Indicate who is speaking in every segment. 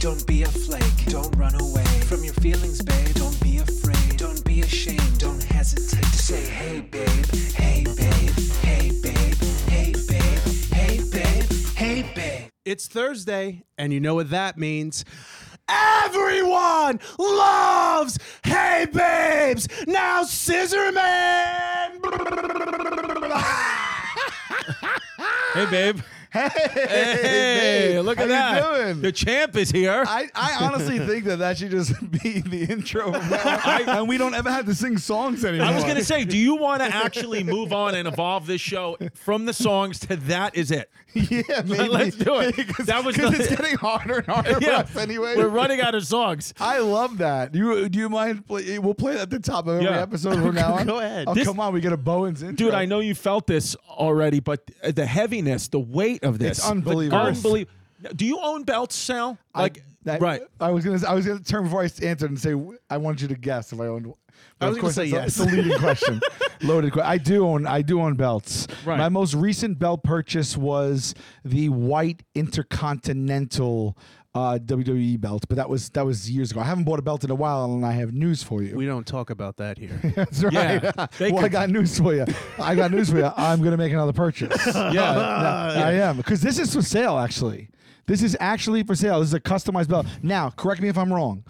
Speaker 1: Don't be a flake, don't run away from your feelings, babe. Don't be afraid, don't be ashamed, don't hesitate to say, hey, babe, hey, babe, hey, babe, hey, babe, hey, babe, hey, babe.
Speaker 2: It's Thursday, and you know what that means. Everyone loves Hey Babes! Now Scissor Man!
Speaker 3: Hey, babe.
Speaker 4: Hey,
Speaker 3: Hey,
Speaker 4: babe.
Speaker 3: look
Speaker 4: How
Speaker 3: at
Speaker 4: You
Speaker 3: that.
Speaker 4: doing?
Speaker 3: The champ is here.
Speaker 4: I, I honestly think that that should just be the intro, and we don't ever have to sing songs anymore.
Speaker 3: I was going to say, do you want to actually move on and evolve this show from the songs to that is it?
Speaker 4: yeah, maybe.
Speaker 3: Let's do it. That was
Speaker 4: because
Speaker 3: the-
Speaker 4: it's getting harder and harder for us anyway.
Speaker 3: We're running out of songs.
Speaker 4: I love that. You do you mind? Play, we'll play it at the top of every
Speaker 3: Yeah.
Speaker 4: episode from now on.
Speaker 2: Go ahead.
Speaker 4: Oh
Speaker 3: This-
Speaker 4: come on, we get a Bowen's intro,
Speaker 3: Dude, I know you felt this already, but the heaviness, the weight of this.
Speaker 4: It's unbelievable.
Speaker 3: Unbelievable. Do you own belts, Sal?
Speaker 4: I-
Speaker 3: Like,
Speaker 4: that-
Speaker 3: right.
Speaker 4: I was gonna. I was gonna turn before I answered and say I wanted you to guess if I owned. but
Speaker 2: I
Speaker 4: of
Speaker 2: was gonna
Speaker 4: course
Speaker 2: say
Speaker 4: it's a- It's
Speaker 2: yes.
Speaker 4: a leading question, loaded. Que- I do own. I do own belts.
Speaker 3: Right.
Speaker 4: My most recent belt purchase was the white Intercontinental uh, WWE belt, but that was that was years ago. I haven't bought a belt in a while, and I have news for you.
Speaker 2: We don't talk about that here.
Speaker 4: That's right.
Speaker 3: Yeah, they
Speaker 4: well, I
Speaker 3: could-
Speaker 4: got news for you. I got news for you. I'm going to make another purchase. yeah, I am because this is for sale. Actually, this is actually for sale. This is a customized belt. Now, correct me if I'm wrong.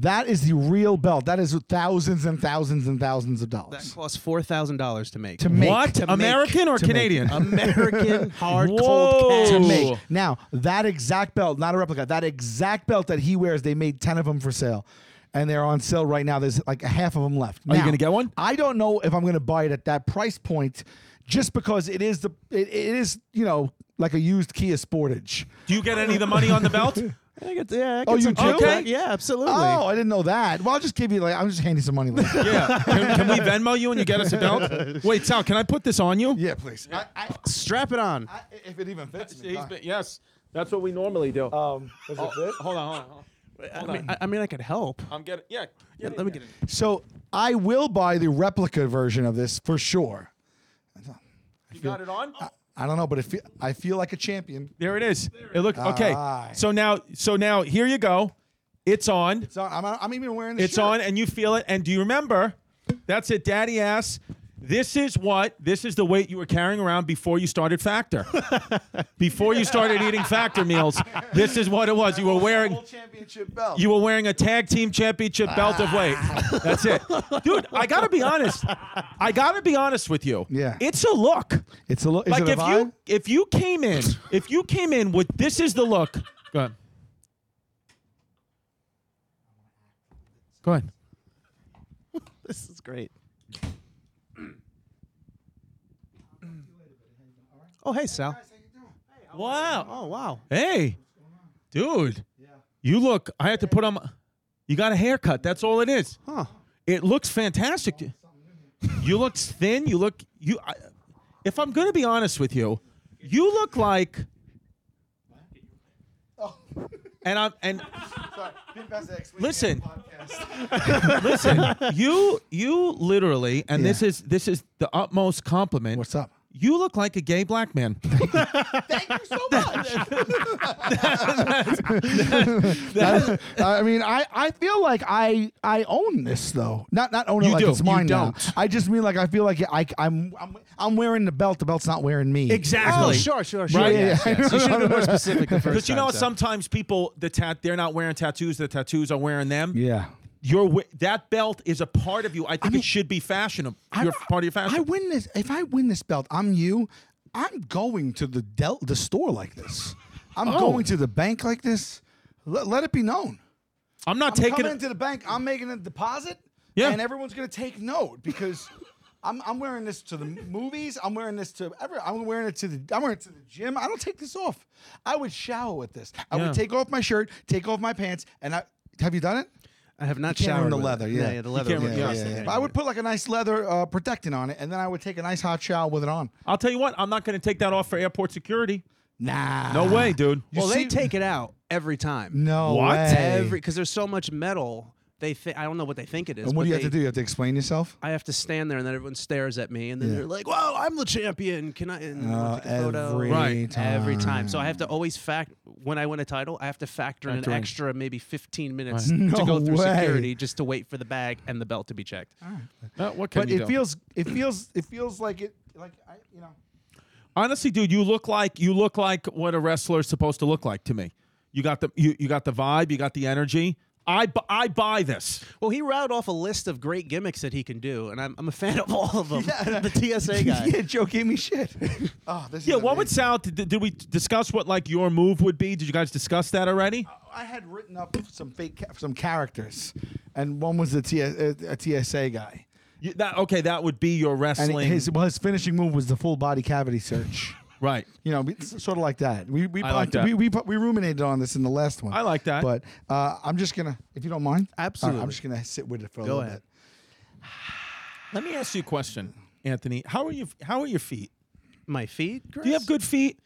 Speaker 4: That is the real belt. That is thousands and thousands and thousands of
Speaker 2: That
Speaker 4: dollars
Speaker 2: costs four thousand dollars to make.
Speaker 4: to make.
Speaker 3: what?
Speaker 4: To
Speaker 3: American or
Speaker 4: to make.
Speaker 3: Canadian?
Speaker 2: American hard
Speaker 3: Whoa.
Speaker 2: cold cash.
Speaker 3: To
Speaker 4: make.
Speaker 3: Ooh.
Speaker 4: Now, that exact belt, not a replica, that exact belt that he wears, they made 10 of them for sale. And they're on sale right now. There's like a half of them left.
Speaker 3: Are you
Speaker 4: Now,
Speaker 3: gonna get one?
Speaker 4: I don't know if I'm going to buy it at that price point just because it is the it, it is, you know, like a used Kia Sportage.
Speaker 3: Do you get any of the money on the belt?
Speaker 2: I think it's- yeah, I
Speaker 4: Oh,
Speaker 2: get
Speaker 4: you
Speaker 2: some
Speaker 4: do?
Speaker 2: kickback.
Speaker 3: Okay.
Speaker 2: Yeah, absolutely.
Speaker 4: Oh, I didn't know that. Well, I'll just give you like I'm just handing some money. later.
Speaker 3: Yeah. Can, can we Venmo you and you get us a belt? Wait, Sal, can I put this on you?
Speaker 4: yeah, please. I, I,
Speaker 2: Strap it on.
Speaker 4: I, if it even fits me.
Speaker 3: He's been- yes. That's what we normally do. Oh,
Speaker 4: um, does it fit?
Speaker 3: Hold on, hold on, hold on.
Speaker 2: I mean, I, I mean, I could help.
Speaker 3: I'm getting, yeah. yeah
Speaker 2: Let me get it.
Speaker 4: So I will buy the replica version of this for sure.
Speaker 3: You got it on?
Speaker 4: I don't know, but it fe- I feel like a champion.
Speaker 3: There it is. It look okay.
Speaker 4: right.
Speaker 3: So now, so now, here you go. It's on. It's,
Speaker 4: So I'm, I'm even wearing the shirt.
Speaker 3: on, and you feel it. And do you remember? That's it, Daddy ass. This is what. This is the weight you were carrying around before you started Factor. before you started eating Factor meals, this is what it was. You were wearing.
Speaker 4: championship belt.
Speaker 3: You were wearing a tag team championship belt of weight.
Speaker 4: Ah.
Speaker 3: That's it, dude. I gotta be honest. I gotta be honest with you.
Speaker 4: Yeah.
Speaker 3: it's a look.
Speaker 4: it's a look. Is
Speaker 3: like
Speaker 4: it a
Speaker 3: if
Speaker 4: vibe?
Speaker 3: you if you came in if you came in with this is the look. Go ahead. Go ahead.
Speaker 2: This is great. Oh, hey, Sal.
Speaker 3: Wow.
Speaker 2: Oh, wow.
Speaker 3: Hey, dude. You look. I had to put on. my- You got a haircut. That's all it is.
Speaker 2: Huh.
Speaker 3: It looks fantastic. You look thin. You look you. I, if I'm gonna be honest with you, you look like.
Speaker 4: Oh.
Speaker 3: And I'm and Listen. Listen, you you literally, and this
Speaker 4: Yeah.
Speaker 3: is this is the utmost compliment.
Speaker 4: What's up?
Speaker 3: You look like a gay black man.
Speaker 4: I, I mean, I, I feel like I I own this though. Not not own it
Speaker 3: You
Speaker 4: like
Speaker 3: do.
Speaker 4: it's mine
Speaker 3: You
Speaker 4: now.
Speaker 3: don't.
Speaker 4: I just mean like I feel like I I'm I'm, I'm wearing the belt. The belt's not wearing me.
Speaker 2: Oh,
Speaker 3: Exactly.
Speaker 2: sure, sure, sure.
Speaker 3: Right, yeah,
Speaker 2: yes,
Speaker 4: yeah.
Speaker 2: yes. You should have been more specific the first
Speaker 3: Because you know,
Speaker 2: time,
Speaker 3: how
Speaker 2: Sal.
Speaker 3: sometimes people the tat they're not wearing tattoos. The tattoos are wearing them.
Speaker 4: Yeah.
Speaker 3: Your wi- that belt is a part of you. I think it should be fashionable. You're part of your
Speaker 4: I
Speaker 3: fashion.
Speaker 4: win this. If I win this belt, I'm you. I'm going to the del- the store like this. I'm going to the bank like this. Let, let it be known.
Speaker 3: I, am not
Speaker 4: I'm
Speaker 3: taking
Speaker 4: coming
Speaker 3: it.
Speaker 4: into the bank. I'm making a deposit.
Speaker 3: Yeah.
Speaker 4: And everyone's gonna take note because I'm, I'm wearing this to the movies. I'm wearing this to every. I'm wearing it to the. I'm wearing it to the gym. I don't take this off. I would shower with this. I
Speaker 3: Yeah.
Speaker 4: would take off my shirt, take off my pants, and I. Have you done it?
Speaker 2: I have not
Speaker 4: can't
Speaker 2: showered
Speaker 4: ruin the
Speaker 2: with it.
Speaker 4: leather, yeah.
Speaker 2: yeah, the leather.
Speaker 3: can't
Speaker 2: would
Speaker 3: ruin-
Speaker 2: be
Speaker 3: yeah,
Speaker 2: awesome.
Speaker 3: yeah,
Speaker 4: But I would put like a nice leather uh, protectant on it, and then I would take a nice hot shower with it on.
Speaker 3: I'll tell you what. I'm not going to take that off for airport security. Ah.
Speaker 4: Nah.
Speaker 3: No way, dude.
Speaker 2: Well, they
Speaker 4: see-
Speaker 2: take it out every time.
Speaker 4: No
Speaker 3: What?
Speaker 4: way.
Speaker 2: Every because there's so much metal. They thi- I don't know what they think it is.
Speaker 4: and what do you
Speaker 2: but
Speaker 4: have to
Speaker 2: they-
Speaker 4: do? You have to explain yourself.
Speaker 2: I have to stand there, and then everyone stares at me, and then they're like, "Whoa, I'm the champion! Can I?" And I
Speaker 4: Oh,
Speaker 2: take a photo
Speaker 4: every
Speaker 3: Right.
Speaker 2: every time. So I have to always fact when I win a title, I have to factor in an
Speaker 3: Factor in.
Speaker 2: extra maybe 15 minutes
Speaker 4: No
Speaker 2: to go through
Speaker 4: way. Ah.
Speaker 2: security just to wait for the bag and the belt to be checked.
Speaker 3: Uh, what can
Speaker 4: But
Speaker 3: we
Speaker 4: it
Speaker 3: do?
Speaker 4: feels it feels it feels like it like I you know.
Speaker 3: Honestly, dude, you look like you look like what a wrestler is supposed to look like to me. You got the you, you got the vibe, you got the energy. I bu- I buy this.
Speaker 2: Well, he routed off a list of great gimmicks that he can do, and I'm, I'm a fan of all of them. the TSA guy.
Speaker 4: yeah, Joe gave me shit. oh, this is
Speaker 3: Yeah, what would
Speaker 4: amazing.
Speaker 3: Sal? Did, did we discuss what like your move would be? Did you guys discuss that already?
Speaker 4: I had written up some fake ca- some characters, and one was the T- uh, a, a TSA guy,
Speaker 3: You- that, okay, that would be your
Speaker 4: and
Speaker 3: wrestling.
Speaker 4: his well his finishing move was the full body cavity search.
Speaker 3: right.
Speaker 4: You know, it's sort of like that. We we
Speaker 3: I like that.
Speaker 4: we, we we ruminated on this in the last one.
Speaker 3: I like that.
Speaker 4: But uh, I'm just gonna, if you don't mind, uh,
Speaker 2: Absolutely.
Speaker 4: I'm just gonna sit with it for a
Speaker 2: Go
Speaker 4: little
Speaker 2: ahead.
Speaker 4: bit.
Speaker 3: Let me ask you a question, Anthony. How are you? How are your feet?
Speaker 2: My feet.
Speaker 3: Do you have good feet?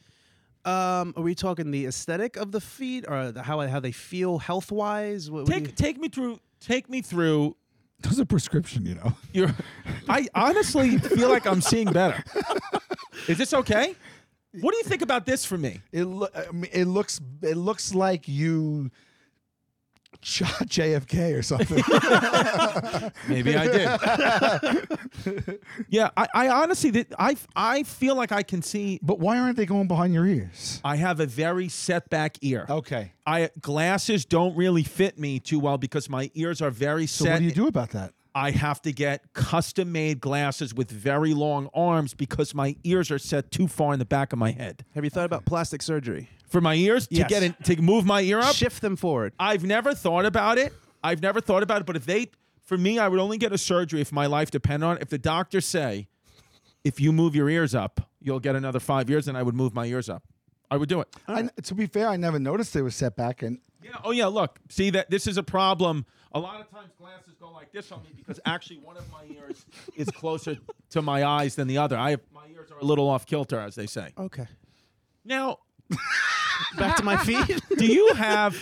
Speaker 2: Um, are we talking the aesthetic of the feet, or the, how how they feel health wise? What, what do
Speaker 3: Take take me through. Take me through
Speaker 4: That was a prescription, you know.
Speaker 3: your. I honestly feel like I'm seeing better. Is this okay? What do you think about this for me?
Speaker 4: It lo- I mean, it looks it looks like you shot JFK or something.
Speaker 3: Maybe I did. yeah, I, I honestly did. I I feel like I can see.
Speaker 4: but why aren't they going behind your ears?
Speaker 3: I have a very setback ear.
Speaker 4: Okay.
Speaker 3: I glasses don't really fit me too well because my ears are very
Speaker 4: So
Speaker 3: set.
Speaker 4: what do you do about that?
Speaker 3: I have to get custom made glasses with very long arms because my ears are set too far in the back of my head.
Speaker 2: Have you thought about plastic surgery?
Speaker 3: For my ears to
Speaker 2: Yes.
Speaker 3: get in, to move my ear up.
Speaker 2: Shift them forward.
Speaker 3: I've never thought about it. I've never thought about it. But if they, for me, I would only get a surgery if my life depended on it. If the doctors say, if you move your ears up, you'll get another five years, and I would move my ears up. I would do it.
Speaker 4: I, to be fair, I never noticed they were set back, and
Speaker 3: Yeah. Oh yeah. Look, see that this is a problem. A lot of times glasses go like this on me because actually one of my ears is closer to my eyes than the other. I have, my ears are a little off kilter, as they say.
Speaker 2: Okay.
Speaker 3: Now,
Speaker 2: Back to my feet.
Speaker 3: do you have?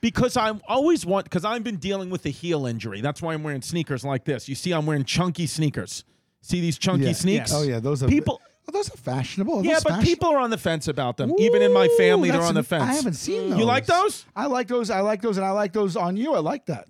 Speaker 3: Because I'm always want because I've been dealing with a heel injury. That's why I'm wearing sneakers like this. You see, I'm wearing chunky sneakers. See these chunky
Speaker 4: yeah.
Speaker 3: sneaks?
Speaker 4: Oh yeah, those are
Speaker 3: people.
Speaker 4: Oh, those are fashionable. Are
Speaker 3: Yeah,
Speaker 4: those
Speaker 3: but
Speaker 4: fashion-
Speaker 3: people are on the fence about them. Even in my family,
Speaker 4: Ooh,
Speaker 3: they're
Speaker 4: that's-
Speaker 3: on the fence.
Speaker 4: I haven't seen those.
Speaker 3: You like those?
Speaker 4: I like those. I like those, and I like those on you. I like that.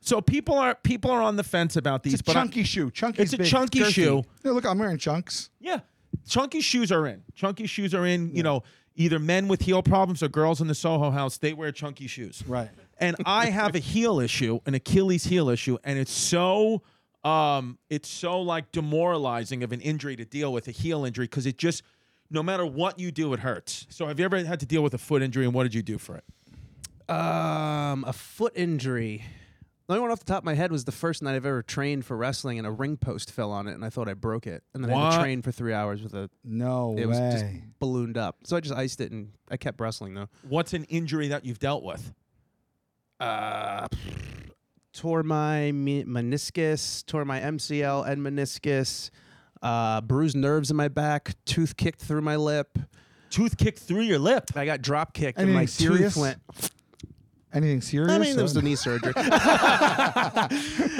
Speaker 3: So people are people are on the fence about these.
Speaker 4: It's a
Speaker 3: but I-
Speaker 4: chunky shoe. Chunky.
Speaker 3: It's a chunky shoe.
Speaker 4: Yeah, look, I'm wearing chunks.
Speaker 3: Yeah. Chunky shoes are in. Chunky shoes are in, you know, either men with heel problems or girls in the Soho house, they wear chunky shoes.
Speaker 4: Right.
Speaker 3: And I have a heel issue, an Achilles heel issue, and it's so um it's so like demoralizing of an injury to deal with a heel injury cuz it just no matter what you do it hurts. So have you ever had to deal with a foot injury and what did you do for it?
Speaker 2: um, a foot injury. The only one off the top of my head was the first night I've ever trained for wrestling, and a ring post fell on it, and I thought I broke it, and then I had
Speaker 3: What?
Speaker 2: to train for three hours with a.
Speaker 4: No way.
Speaker 2: It was just ballooned up, so I just iced it, and I kept wrestling though.
Speaker 3: What's an injury that you've dealt with?
Speaker 2: uh, tore my me- meniscus, tore my MCL and meniscus, uh, bruised nerves in my back, tooth kicked through my lip.
Speaker 3: Tooth kicked through your lip.
Speaker 2: I got drop kicked and
Speaker 4: Anything
Speaker 2: my
Speaker 4: serious?
Speaker 2: tooth went.
Speaker 4: Anything serious?
Speaker 2: I mean,
Speaker 4: or-
Speaker 2: it was a knee surgery.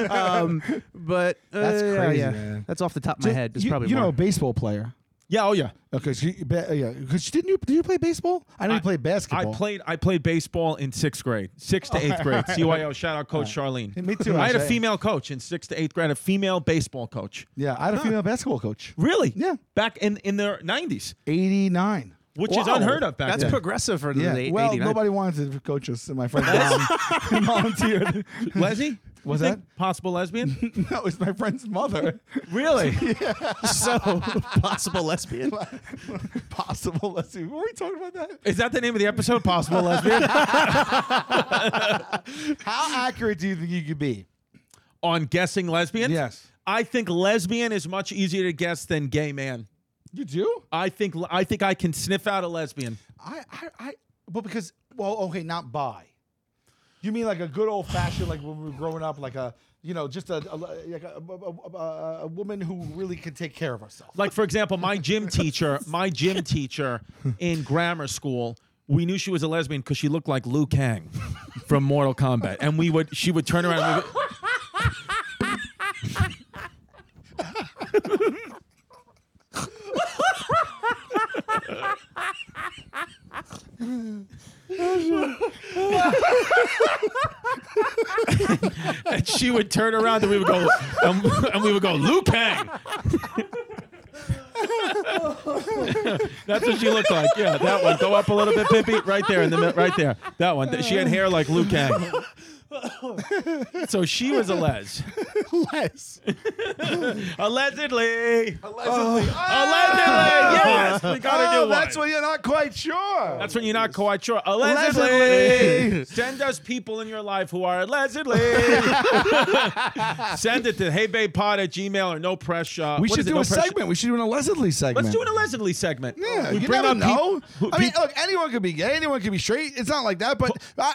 Speaker 2: um, but uh,
Speaker 4: That's
Speaker 2: yeah,
Speaker 4: crazy,
Speaker 2: yeah.
Speaker 4: man.
Speaker 2: That's off the top of my
Speaker 4: Just-
Speaker 2: head. It's
Speaker 4: you,
Speaker 2: probably
Speaker 4: you know
Speaker 2: more.
Speaker 4: a baseball player.
Speaker 3: Yeah, oh yeah.
Speaker 4: Okay, so you, ba- yeah, because didn't you did you play baseball? I know
Speaker 3: I-
Speaker 4: you played basketball.
Speaker 3: I played I played baseball in sixth grade, sixth to eighth grade. CYO, shout out Coach Charlene.
Speaker 4: Hey, me too,
Speaker 3: I had a
Speaker 4: Jose.
Speaker 3: female coach in sixth to eighth grade, a female baseball coach.
Speaker 4: Yeah, I had a female basketball coach.
Speaker 3: Really?
Speaker 4: Yeah.
Speaker 3: Back in in the nineties,
Speaker 4: Eighty nine.
Speaker 3: which is
Speaker 2: Wow.
Speaker 3: unheard of back
Speaker 2: That's
Speaker 3: then.
Speaker 2: progressive for
Speaker 4: Yeah.
Speaker 2: the eight-
Speaker 4: well,
Speaker 2: 89.
Speaker 4: nobody wanted to coach us, and my friend mom volunteered.
Speaker 3: Leslie
Speaker 4: Was
Speaker 3: You
Speaker 4: that-
Speaker 3: think possible lesbian?
Speaker 4: no, it's my friend's mother.
Speaker 3: really?
Speaker 2: so possible lesbian.
Speaker 4: Possible. Let's see. Were we talking about that?
Speaker 3: Is that the name of the episode? Possible lesbian
Speaker 4: How accurate do you think you could be?
Speaker 3: on guessing lesbian?
Speaker 4: Yes.
Speaker 3: I think lesbian is much easier to guess than gay man.
Speaker 4: You do?
Speaker 3: I think I think I can sniff out a lesbian.
Speaker 4: I, I, I, well, because, well, okay, not bi. You mean like a good old fashioned, like when we were growing up, like a, you know, just a, a like a, a, a, a woman who really can take care of herself.
Speaker 3: Like for example, my gym teacher, my gym teacher in grammar school, we knew she was a lesbian because she looked like Liu Kang from Mortal Kombat, and we would she would turn around. And we would, and she would turn around and we would go and, and we would go Liu Kang. That's what she looked like. Yeah, that one. Go up a little bit, Pippi. Right there in the mid- right there. That one. She had hair like Liu Kang. So she was a les.
Speaker 4: Les.
Speaker 3: Allegedly. Oh.
Speaker 4: Allegedly. Ah, Oh,
Speaker 3: Allegedly. oh, Yes. We gotta do one.
Speaker 4: that's when you're not quite sure.
Speaker 3: That's when you're not quite sure. Allegedly.
Speaker 4: Allegedly.
Speaker 3: Send us people in your life who are allegedly. Send it to heybabepod at gmail or no press shop.
Speaker 4: we
Speaker 3: What
Speaker 4: should
Speaker 3: is it?
Speaker 4: do
Speaker 3: No
Speaker 4: a
Speaker 3: press shop.
Speaker 4: segment. We should do an allegedly segment.
Speaker 3: Let's do an allegedly segment.
Speaker 4: Yeah,
Speaker 3: we
Speaker 4: you
Speaker 3: bring
Speaker 4: never
Speaker 3: up peop-
Speaker 4: know.
Speaker 3: who-
Speaker 4: I mean,
Speaker 3: peop-
Speaker 4: look, anyone could be gay, anyone could be straight. It's not like that, but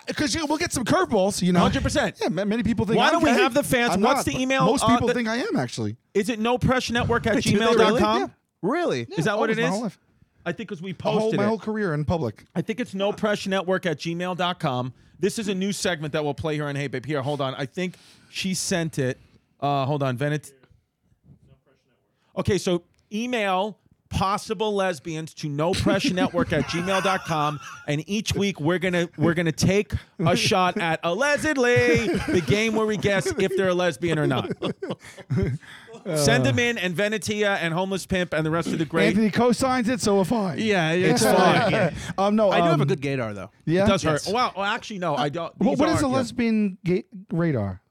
Speaker 4: because we'll get some curveballs, you know.
Speaker 3: 100%.
Speaker 4: Yeah, ma- many people think.
Speaker 3: Why
Speaker 4: I'm
Speaker 3: don't we
Speaker 4: gay.
Speaker 3: have the fans-
Speaker 4: I'm
Speaker 3: what's
Speaker 4: not,
Speaker 3: the
Speaker 4: but
Speaker 3: email,
Speaker 4: Most
Speaker 3: uh,
Speaker 4: people
Speaker 3: that-
Speaker 4: think I am actually.
Speaker 3: is it no press network at
Speaker 4: Do they really?
Speaker 3: gmail.com?
Speaker 4: Yeah.
Speaker 2: Really?
Speaker 3: Is that what it
Speaker 4: Always my
Speaker 3: is?
Speaker 4: whole life.
Speaker 3: I think because we
Speaker 4: The whole-
Speaker 3: posted
Speaker 4: my
Speaker 3: it.
Speaker 4: whole career in public.
Speaker 3: I think it's no press network at gmail.com. This is a new segment that we'll play here on Hey Babe. Here, hold on. I think she sent it. Uh, hold on, Venet. Okay, so email possible lesbians to no press network at gmail.com and each week we're gonna we're gonna take a shot at allegedly the game where we guess if they're a lesbian or not send them in and venetia and homeless pimp and the rest of the great
Speaker 4: Anthony co-signs it, so if I.
Speaker 2: Yeah, yeah.
Speaker 4: it's
Speaker 3: fine.
Speaker 4: fine. um, no,
Speaker 2: I do
Speaker 4: um,
Speaker 2: have a good gaydar though.
Speaker 4: Yeah,
Speaker 3: does hurt
Speaker 2: Yes.
Speaker 3: well, well actually no i don't
Speaker 4: What,
Speaker 3: These
Speaker 4: what
Speaker 3: are-
Speaker 4: is a
Speaker 3: yeah.
Speaker 4: lesbian ga- radar?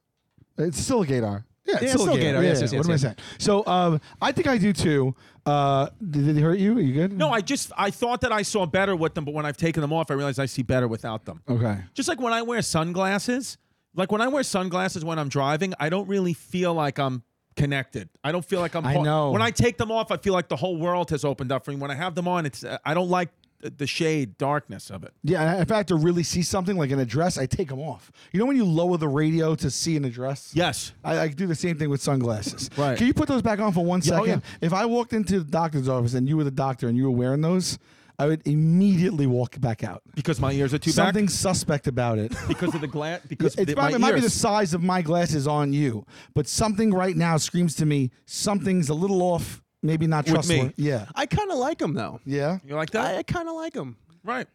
Speaker 4: It's still a gaydar. Yeah,
Speaker 2: Yeah, still a gaydar.
Speaker 4: Yeah,
Speaker 2: Yes, yes,
Speaker 4: yeah,
Speaker 2: yes,
Speaker 4: what
Speaker 2: yes.
Speaker 4: am I saying? So um, I think I do too. Uh, did did it hurt you? Are you good?
Speaker 3: No, I just I thought that I saw better with them, but when I've taken them off, I realize I see better without them.
Speaker 4: Okay.
Speaker 3: Just like when I wear sunglasses, like when I wear sunglasses when I'm driving, I don't really feel like I'm connected. I don't feel like I'm.
Speaker 4: I
Speaker 3: part-
Speaker 4: know.
Speaker 3: When I take them off, I feel like the whole world has opened up for me. When I have them on, it's uh, I don't like the- the shade, darkness of it.
Speaker 4: Yeah, if I have to really see something like an address, I take them off. You know when you lower the radio to see an address?
Speaker 3: Yes.
Speaker 4: I, I do the same thing with sunglasses.
Speaker 3: Right.
Speaker 4: Can you put those back on for one
Speaker 3: Yeah,
Speaker 4: second?
Speaker 3: oh,
Speaker 4: If I walked into the doctor's office and you were the doctor and you were wearing those, I would immediately walk back out.
Speaker 3: Because my ears are too back.
Speaker 4: Something suspect about it.
Speaker 3: Because of the glass. Because
Speaker 4: It's
Speaker 3: the-
Speaker 4: probably, it
Speaker 3: my
Speaker 4: might be the
Speaker 3: ears.
Speaker 4: size of my glasses on you, but something right now screams to me something's a little off, maybe not
Speaker 3: With me.
Speaker 4: trustworthy. Yeah.
Speaker 2: I kind of like them though.
Speaker 4: Yeah.
Speaker 3: You like that?
Speaker 2: I, I kind of like them.
Speaker 3: right.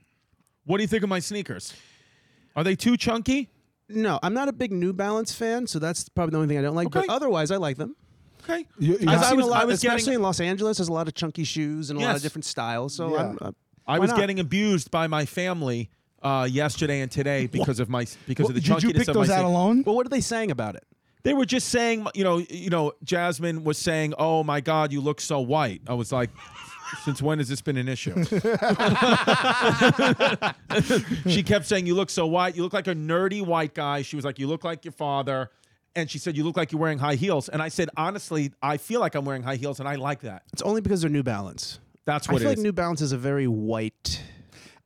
Speaker 3: What do you think of my sneakers? Are they too chunky?
Speaker 2: No, I'm not a big New Balance fan, so that's probably the only thing I don't like.
Speaker 3: Okay.
Speaker 2: But otherwise, I like them.
Speaker 3: Okay.
Speaker 4: You- you
Speaker 2: I've
Speaker 4: got-
Speaker 3: I
Speaker 2: seen
Speaker 3: was-
Speaker 2: a lot,
Speaker 3: I was
Speaker 2: especially
Speaker 3: getting-
Speaker 2: in Los Angeles. There's a lot of chunky shoes and a lot
Speaker 3: Yes.
Speaker 2: of different styles. So
Speaker 4: Yeah.
Speaker 2: I'm, uh,
Speaker 3: I
Speaker 2: why
Speaker 3: was
Speaker 2: not?
Speaker 3: getting abused by my family uh, yesterday and today because of my because of the
Speaker 4: Did you
Speaker 3: chunkiness
Speaker 4: pick
Speaker 3: of my
Speaker 4: those out
Speaker 3: seat.
Speaker 4: alone?
Speaker 2: Well, what are they saying about it?
Speaker 3: They were just saying, you know, you know, Jasmine was saying, "Oh my God, you look so white." I was like. Since when has this been an issue? she kept saying, "You look so white. You look like a nerdy white guy." She was like, "You look like your father," and she said, "You look like you're wearing high heels." And I said, "Honestly, I feel like I'm wearing high heels, and I like that.
Speaker 2: It's only because they're New Balance.
Speaker 3: That's
Speaker 2: I
Speaker 3: what
Speaker 2: feel
Speaker 3: it
Speaker 2: like
Speaker 3: is."
Speaker 2: New Balance is a very white.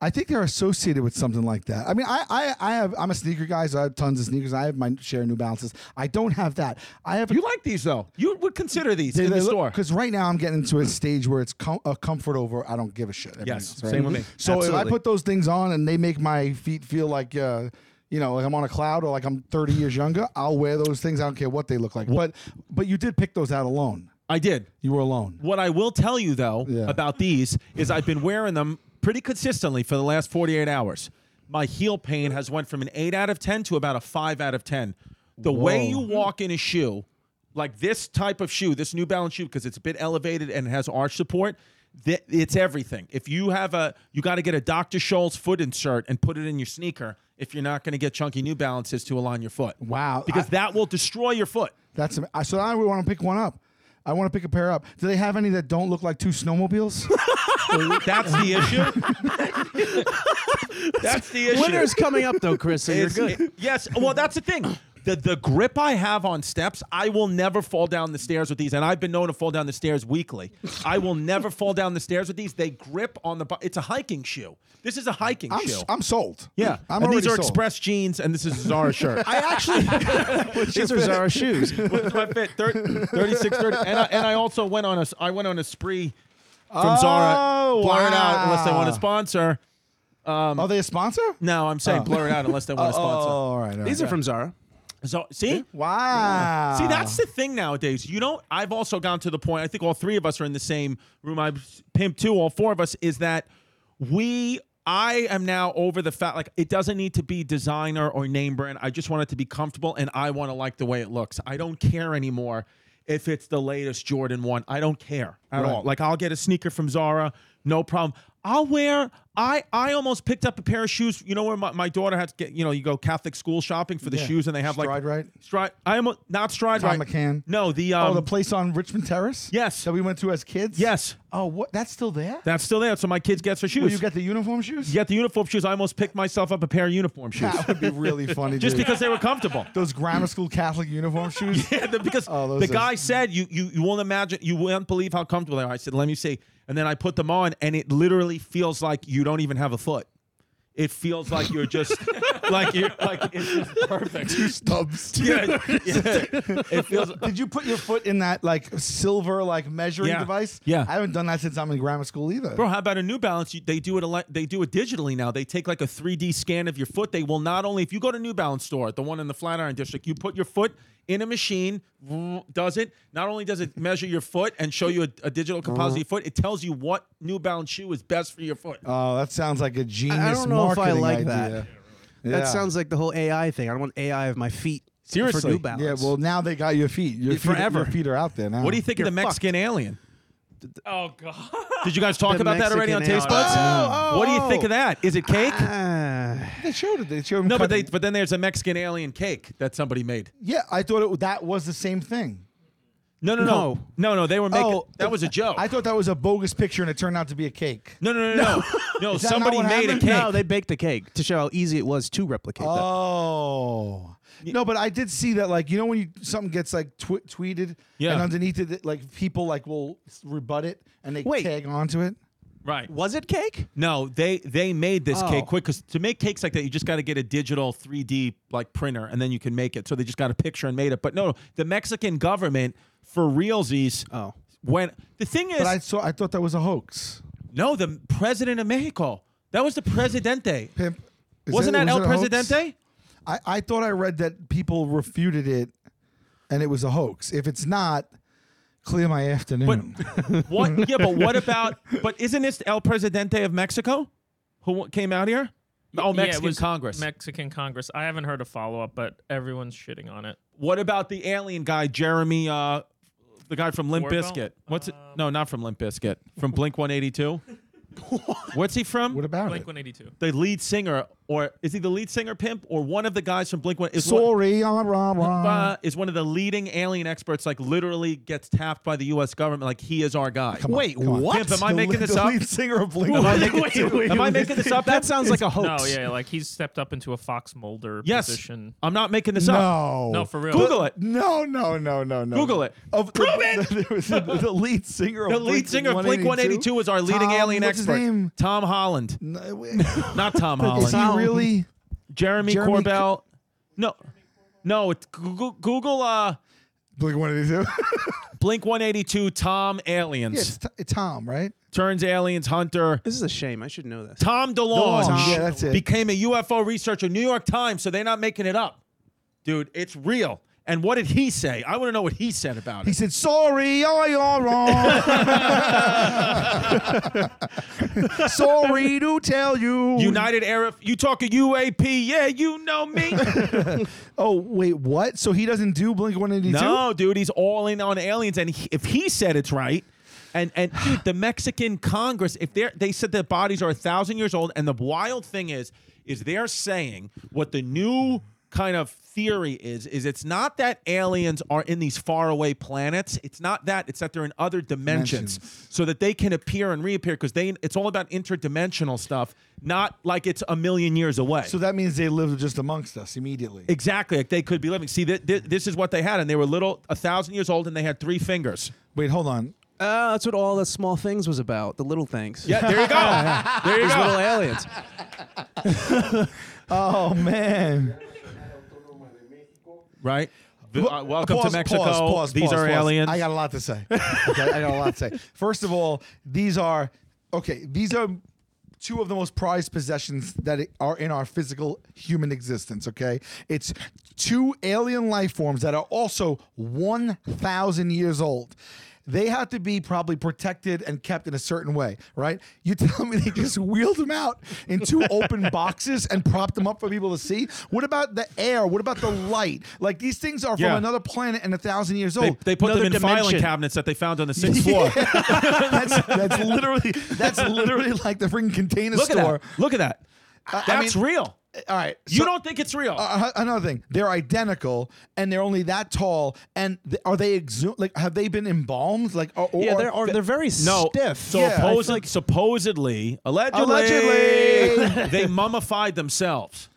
Speaker 4: I think they're associated with something like that. I mean, I, I, I have. I'm a sneaker guy, so I have tons of sneakers. I have my share of New Balances. I don't have that. I have.
Speaker 3: you like these though? You would consider these in the store?
Speaker 4: Because right now I'm getting to a stage where it's com- a comfort over. I don't give a shit. everything
Speaker 3: Yes,
Speaker 4: else, right?
Speaker 3: same with me.
Speaker 4: So if I
Speaker 2: Absolutely.
Speaker 4: put those things on and they make my feet feel like, uh, you know, like I'm on a cloud or like I'm 30 years younger, I'll wear those things. I don't care what they look like. But but you did pick those out alone.
Speaker 3: I did.
Speaker 4: You were alone.
Speaker 3: What I will tell you though
Speaker 4: Yeah.
Speaker 3: about these is I've been wearing them pretty consistently for the last 48 hours. My heel pain has went from an 8 out of 10 to about a 5 out of 10. The way you
Speaker 4: Whoa.
Speaker 3: walk in a shoe, like this type of shoe, this New Balance shoe because it's a bit elevated and it has arch support, th- it's everything. If you have a you got to get a Dr. Scholl's foot insert and put it in your sneaker if you're not going to get chunky New Balances to align your foot.
Speaker 4: Wow.
Speaker 3: Because
Speaker 4: I-
Speaker 3: that will destroy your foot.
Speaker 4: That's am- I- so. I would want to pick one up. I want to pick a pair up. Do they have any that don't look like two snowmobiles?
Speaker 3: That's the issue. That's the issue.
Speaker 2: Winter's coming up though, Chris. So you're
Speaker 3: It's-
Speaker 2: good.
Speaker 3: it- yes. Well, that's the thing. The, the grip I have on steps, I will never fall down the stairs with these, and I've been known to fall down the stairs weekly. I will never fall down the stairs with these. They grip on the. bo- It's a hiking shoe. This is a hiking
Speaker 4: I'm,
Speaker 3: shoe.
Speaker 4: s- I'm sold.
Speaker 3: yeah,
Speaker 4: I'm
Speaker 3: and
Speaker 4: already
Speaker 3: these are
Speaker 4: sold.
Speaker 3: Express jeans, and this is a Zara shirt.
Speaker 2: I actually. These are Zara shoes.
Speaker 3: What's my fit? 30, 36, 30. And I, and I also went on a s- I went on a spree from Zara.
Speaker 4: Oh,
Speaker 3: Blur it out unless they
Speaker 4: wow.
Speaker 3: want to sponsor.
Speaker 4: Are they a sponsor?
Speaker 3: No, I'm saying blur it out unless they want to
Speaker 4: Oh,
Speaker 3: sponsor.
Speaker 4: all right. all
Speaker 2: These
Speaker 4: right.
Speaker 2: are from Zara.
Speaker 3: So see,
Speaker 4: Wow.
Speaker 3: see that's the thing nowadays. You don't. I've also gone to the point. I think all three of us are in the same room. I pimp too. All four of us is that we I am now over the fact like it doesn't need to be designer or name brand. I just want it to be comfortable and I want to like the way it looks. I don't care anymore if it's the latest Jordan 1. I don't care at all. Like I'll get a sneaker from Zara, no problem. I'll wear I I almost picked up a pair of shoes. You know where my, my daughter had to get, you know, you go Catholic school shopping for the shoes and they have like
Speaker 4: Stride Right?
Speaker 3: Stride I am not Stride
Speaker 4: Tom
Speaker 3: Right.
Speaker 4: McCann?
Speaker 3: No, the um
Speaker 4: oh, the place on Richmond Terrace.
Speaker 3: Yes.
Speaker 4: that we went to as kids.
Speaker 3: Yes.
Speaker 4: Oh, what? That's still there.
Speaker 3: that's still there. So my kids gets her shoes.
Speaker 4: Will you get the uniform shoes?
Speaker 3: You get the uniform shoes. I almost picked myself up a pair of uniform shoes
Speaker 4: that would be really funny.
Speaker 3: just
Speaker 4: dude.
Speaker 3: because they were comfortable.
Speaker 4: those grammar school Catholic uniform shoes.
Speaker 3: Yeah, the- because
Speaker 4: Oh, those
Speaker 3: the
Speaker 4: are-
Speaker 3: guy said you, you you won't imagine you won't believe how comfortable they are. I said, let me see, and then I put them on, and it literally feels like you don't even have a foot. It feels like you're just like you're like it's just perfect.
Speaker 4: Stubs.
Speaker 3: Yeah, yeah. It feels
Speaker 4: Did you put your foot in that like silver like measuring
Speaker 3: Yeah.
Speaker 4: device?
Speaker 3: Yeah.
Speaker 4: I haven't done that since I'm in grammar school either.
Speaker 3: Bro, how about a New Balance? You- They do it. ele- They do it digitally now. They take like a 3D scan of your foot. They will not only if you go to New Balance store, the one in the Flatiron District, you put your foot in a machine. Does it? Not only does it measure your foot and show you a, a digital composite of your foot, it tells you what New Balance shoe is best for your foot.
Speaker 4: Oh, that sounds like a genius.
Speaker 2: I don't know if I
Speaker 4: marketing
Speaker 2: like that.
Speaker 4: idea.
Speaker 2: That
Speaker 4: Yeah.
Speaker 2: sounds like the whole AI thing. I don't want AI of my feet. For
Speaker 3: Seriously.
Speaker 2: New
Speaker 3: Yeah,
Speaker 2: Balance.
Speaker 4: Yeah, well, now they got your feet. Your feet,
Speaker 2: Forever.
Speaker 4: Your feet are out there now.
Speaker 3: what do you think of
Speaker 2: You're
Speaker 3: the Mexican alien?
Speaker 5: Oh god.
Speaker 3: Did you guys talk
Speaker 2: The
Speaker 3: about that already on
Speaker 2: Mexican
Speaker 3: Taste
Speaker 2: alien.
Speaker 3: Buds? Oh, what do you think of that? Is it cake?
Speaker 2: Ah.
Speaker 4: They showed it. They showed him
Speaker 3: no, but they
Speaker 4: cutting-
Speaker 3: but then there's a Mexican alien cake that somebody made.
Speaker 4: Yeah, I thought it, that was the same thing.
Speaker 3: No, no, no,
Speaker 2: No.
Speaker 3: no, no. They were making
Speaker 4: Oh,
Speaker 3: that was a joke.
Speaker 4: I thought that was a bogus picture, and it turned out to be a cake.
Speaker 3: No, no, no, no. No,
Speaker 4: Is that not
Speaker 3: somebody
Speaker 4: what
Speaker 3: made a
Speaker 4: happened?
Speaker 3: cake.
Speaker 2: No, they baked a Uh, cake to show how easy it was to replicate that.
Speaker 4: Oh. No, but I did see that, like, you know, when you something gets like tw- tweeted,
Speaker 3: Yeah.
Speaker 4: and underneath it, like people like will rebut it and they
Speaker 2: Wait.
Speaker 4: tag onto it.
Speaker 3: right.
Speaker 2: Was it cake?
Speaker 3: No, they they made this
Speaker 2: Oh.
Speaker 3: cake quick because to make cakes like that, you just got to get a digital 3D like printer and then you can make it. So they just got a picture and made it. But no, the Mexican government for realsies.
Speaker 2: Oh.
Speaker 3: When the thing is,
Speaker 4: But I saw, I thought that was a hoax.
Speaker 3: no, the president of Mexico. That was the presidente.
Speaker 4: Pimp. Is
Speaker 3: Wasn't that,
Speaker 4: was
Speaker 3: El
Speaker 4: it a hoax?
Speaker 3: Presidente?
Speaker 4: I, I thought I read that people refuted it, and it was a hoax. If it's not, clear my afternoon.
Speaker 3: What? Yeah, but what about? But isn't this El Presidente of Mexico, who came out here? Oh,
Speaker 5: Yeah, it
Speaker 3: Mexican
Speaker 5: was
Speaker 3: Congress.
Speaker 5: Mexican Congress. I haven't heard a follow up, but everyone's shitting on it.
Speaker 3: What about the alien guy, Jeremy? Uh, the guy from Limp
Speaker 5: Warfel?
Speaker 3: Bizkit. What's it? No,
Speaker 4: Um,
Speaker 3: not from Limp Bizkit. From Blink 182. What's he from?
Speaker 4: what about
Speaker 5: Blink
Speaker 4: it?
Speaker 5: 182.
Speaker 3: the lead singer, or is he the lead singer, Pimp, or one of the guys from Blink One? Is one,
Speaker 4: Sorry, ah, rah, rah.
Speaker 3: uh, is one of the leading alien experts. Like literally gets tapped by the U.S. government. Like he is our guy.
Speaker 2: Wait,
Speaker 4: on.
Speaker 2: what?
Speaker 3: Pimp, am I
Speaker 4: The
Speaker 3: making
Speaker 4: lead-
Speaker 3: this
Speaker 4: the
Speaker 3: up?
Speaker 4: lead singer of Blink.
Speaker 3: Am I making, am I making this up?
Speaker 2: That sounds like a hoax.
Speaker 5: No, yeah, like he's stepped up into a Fox Mulder
Speaker 3: Yes,
Speaker 5: position.
Speaker 3: I'm not making this up.
Speaker 4: No.
Speaker 5: No, for real.
Speaker 3: Google it.
Speaker 4: No, no, no, no, no.
Speaker 3: Google it.
Speaker 4: Of Prove the, it. The, the, the lead singer.
Speaker 3: The
Speaker 4: of
Speaker 3: lead
Speaker 4: Blink
Speaker 3: singer of Blink 182 is our leading
Speaker 4: Tom,
Speaker 3: alien
Speaker 4: what's his
Speaker 3: expert.
Speaker 4: name?
Speaker 3: Tom Holland,
Speaker 4: No, wait.
Speaker 3: not Tom
Speaker 4: is
Speaker 3: Holland.
Speaker 4: he really?
Speaker 3: Jeremy,
Speaker 4: Jeremy
Speaker 3: Corbell. no, no. It's Google, Google uh,
Speaker 4: Blink 182.
Speaker 3: Blink 182 Tom Aliens.
Speaker 4: yeah, it's, T- it's Tom, right?
Speaker 3: Turns Aliens Hunter.
Speaker 2: This is a shame. I should know this.
Speaker 3: Tom DeLonge
Speaker 4: DeLonge, yeah, that's it.
Speaker 3: became a UFO researcher, New York Times, so they're not making it up. Dude, it's real. And what did he say? I want to know what he said about
Speaker 4: He
Speaker 3: it.
Speaker 4: said, "Sorry, I am wrong. Sorry to tell you."
Speaker 3: United Arab, you talk a UAP, yeah, you know me.
Speaker 4: oh wait, what? So he doesn't do Blink One Eighty Two?
Speaker 3: no, dude, he's all in on aliens. And he, if he said it's right, and and dude, the Mexican Congress, if they are they said their bodies are a thousand years old, and the wild thing is, is they're saying what the new kind of theory is is it's not that aliens are in these faraway planets it's not that it's that they're in other dimensions,
Speaker 4: Dimensions.
Speaker 3: so that they can appear and reappear because they it's all about interdimensional stuff not like it's a million years away
Speaker 4: So that means they lived just amongst us immediately.
Speaker 3: Exactly, like they could be living. See, th- th- this is what they had, and they were little, a thousand years old, and they had three fingers.
Speaker 4: wait, hold on.
Speaker 2: Uh, that's what all the small things was about. The little things.
Speaker 3: Yeah, there you go. there you
Speaker 2: These little
Speaker 3: go.
Speaker 2: aliens.
Speaker 4: Oh man.
Speaker 3: Right. The- uh, welcome
Speaker 4: Pause,
Speaker 3: to Mexico.
Speaker 4: pause, pause,
Speaker 3: These
Speaker 4: pause,
Speaker 3: are
Speaker 4: pause.
Speaker 3: aliens.
Speaker 4: I got a lot to say. Okay, I got a lot to say. First of all, these are okay. These are two of the most prized possessions that i- are in our physical human existence. Okay, it's two alien life forms that are also one thousand years old. they have to be probably protected and kept in a certain way, right? You tell me they just wheeled them out in two open boxes and propped them up for people to see? What about the air? What about the light? Like these things are
Speaker 3: Yeah.
Speaker 4: from another planet and a thousand years
Speaker 3: They,
Speaker 4: old.
Speaker 3: they put them in
Speaker 2: Another
Speaker 3: filing
Speaker 2: dimension.
Speaker 3: cabinets that they found on the sixth
Speaker 4: Yeah.
Speaker 3: floor.
Speaker 4: that's, that's literally that's literally like the freaking container
Speaker 3: Look at
Speaker 4: store.
Speaker 3: that. Look at that.
Speaker 4: I- I
Speaker 3: That's
Speaker 4: mean,
Speaker 3: real.
Speaker 4: All right,
Speaker 3: You
Speaker 4: so-
Speaker 3: don't think it's real.
Speaker 4: uh, another thing they're identical and they're only that tall and th- are they exu- like have they been embalmed like or, or
Speaker 2: yeah, they're or they're very
Speaker 3: no.
Speaker 2: stiff.
Speaker 3: So
Speaker 4: Yeah, I feel
Speaker 3: opposed- supposedly, allegedly,
Speaker 4: Allegedly.
Speaker 3: they mummified themselves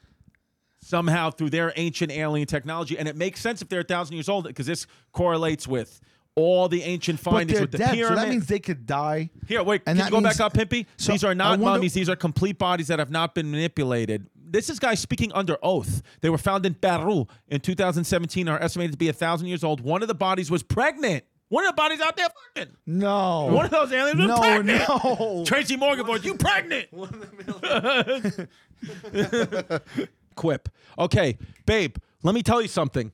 Speaker 3: somehow through their ancient alien technology. And it makes sense if they're a thousand years old because this correlates with all the ancient
Speaker 4: but
Speaker 3: findings
Speaker 4: they're
Speaker 3: with the
Speaker 4: dead so
Speaker 3: pyramids.
Speaker 4: that means they could die
Speaker 3: Here, wait. can
Speaker 4: And
Speaker 3: you
Speaker 4: that
Speaker 3: go
Speaker 4: means-
Speaker 3: back up, Pimpy?
Speaker 4: So,
Speaker 3: These are
Speaker 4: I
Speaker 3: not
Speaker 4: wonder-
Speaker 3: mummies. These are complete bodies that have not been manipulated. This is guy speaking under oath. They were found in Peru in 2017. Are estimated to be a thousand years old. One of the bodies was pregnant. One of the bodies out there fucking.
Speaker 4: no
Speaker 3: One of those aliens was
Speaker 4: no
Speaker 3: pregnant.
Speaker 4: no
Speaker 3: Tracy Morgan boys, you pregnant? Quip. Okay, babe. Let me tell you something.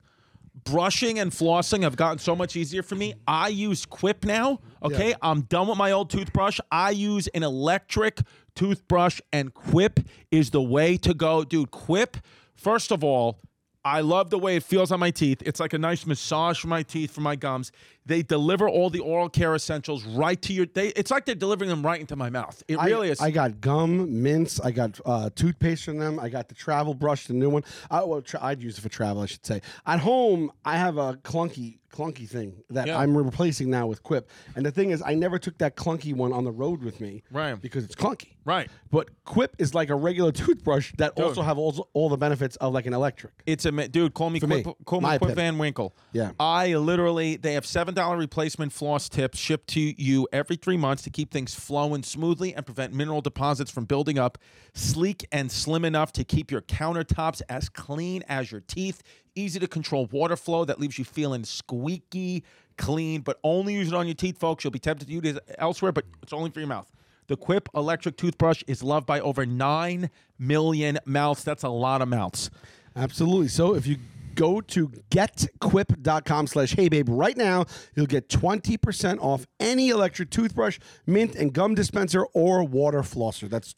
Speaker 3: Brushing and flossing have gotten so much easier for me. I use Quip now. Okay,
Speaker 4: Yeah.
Speaker 3: I'm done with my old toothbrush. I use an electric toothbrush, and Quip is the way to go, dude. Quip. First of all. I love the way it feels on my teeth. It's like a nice massage for my teeth, for my gums. They deliver all the oral care essentials right to your. They, it's like they're delivering them right into my mouth. It
Speaker 6: I-
Speaker 3: really is.
Speaker 6: I got gum, mints. I got uh, toothpaste from them. I got the travel brush, the new one. I, well, tra- I'd use it for travel, I should say. At home, I have a clunky, clunky thing that
Speaker 3: Yeah.
Speaker 6: I'm replacing now with Quip. And the thing is, I never took that clunky one on the road with me,
Speaker 3: Right.
Speaker 6: Because it's clunky,
Speaker 3: Right.
Speaker 6: But Quip is like a regular toothbrush that also have all, all the benefits of like an electric.
Speaker 3: It's a ma- dude. Call me, Quip,
Speaker 6: me.
Speaker 3: call me
Speaker 6: My
Speaker 3: Quip
Speaker 6: opinion.
Speaker 3: Van Winkle.
Speaker 6: Yeah.
Speaker 3: I literally they have seven dollar replacement floss tips shipped to you every three months to keep things flowing smoothly and prevent mineral deposits from building up. Sleek and slim enough to keep your countertops as clean as your teeth. Easy to control water flow that leaves you feeling squeaky clean, but only use it on your teeth, folks. You'll be tempted to use it elsewhere, but it's only for your mouth. The Quip electric toothbrush is loved by over 9 million mouths. That's a lot of mouths.
Speaker 6: Absolutely. So if you go to getquip.com slash hey babe right now, you'll get 20% off any electric toothbrush, mint and gum dispenser, or water flosser. That's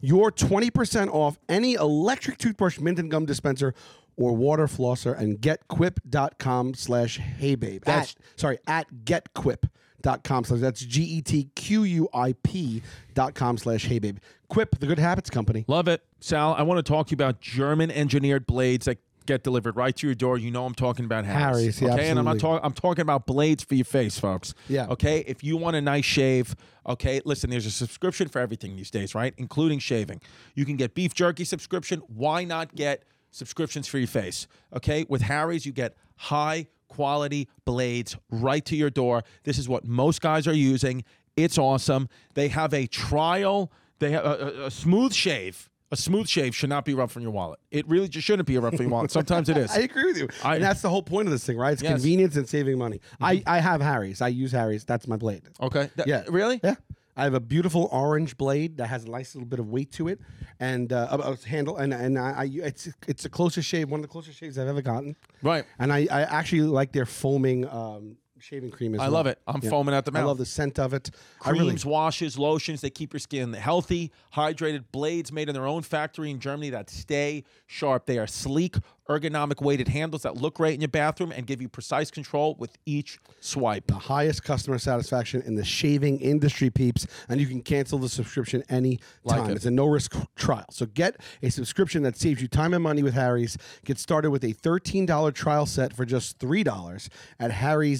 Speaker 6: your 20% off any electric toothbrush, mint and gum dispenser, or water flosser and getquip.com slash hey babe. At,
Speaker 3: That's-
Speaker 6: sorry, at getquip.com slash that's G E T Q U I P dot com slash hey babe. Quip, the good habits company.
Speaker 3: Love it. Sal, I want to talk to you about German engineered blades that get delivered right to your door. You know I'm talking about Harris.
Speaker 6: Harry's, yeah,
Speaker 3: okay, and I'm not
Speaker 6: absolutely.
Speaker 3: talking I'm talking about blades for your face, folks.
Speaker 6: Yeah.
Speaker 3: Okay. If you want a nice shave, okay, listen, there's a subscription for everything these days, right? Including shaving. You can get beef jerky subscription. Why not get subscriptions for your face? Okay. With Harry's, you get high quality blades right to your door. This is what most guys are using. It's awesome. They have a trial. They have a, a- a smooth shave. A smooth shave should not be rough from your wallet. It really just shouldn't be a rough from your wallet. Sometimes it is.
Speaker 6: I agree with you.
Speaker 3: I-
Speaker 6: and that's the whole point of this thing, right? It's
Speaker 3: Yes. Mm-hmm.
Speaker 6: convenience and saving money. I, I have Harry's. I use Harry's. That's my blade.
Speaker 3: Okay. That-
Speaker 6: Yeah.
Speaker 3: Oh, uh, Really?
Speaker 6: Yeah. I have a beautiful orange blade that has a nice little bit of weight to it, and uh, a, a handle, and and I, I it's it's the closest shave, one of the closest shaves I've ever gotten.
Speaker 3: Right.
Speaker 6: And I, I actually like their foaming um, shaving cream as
Speaker 3: I
Speaker 6: well.
Speaker 3: love it. I'm foaming out the
Speaker 6: I
Speaker 3: mouth.
Speaker 6: love the scent of it. I really
Speaker 3: creams, washes, lotions. They keep your skin healthy, hydrated. Blades made in their own factory in Germany that stay sharp. They are sleek, ergonomic weighted handles that look great in your bathroom and give you precise control with each swipe.
Speaker 6: the highest customer satisfaction in the shaving industry, peeps, and you can cancel the subscription any time.
Speaker 3: it.
Speaker 6: It's a no risk trial. So get a subscription that saves you time and money with Harry's. Get started with a $13 trial set for just $3 at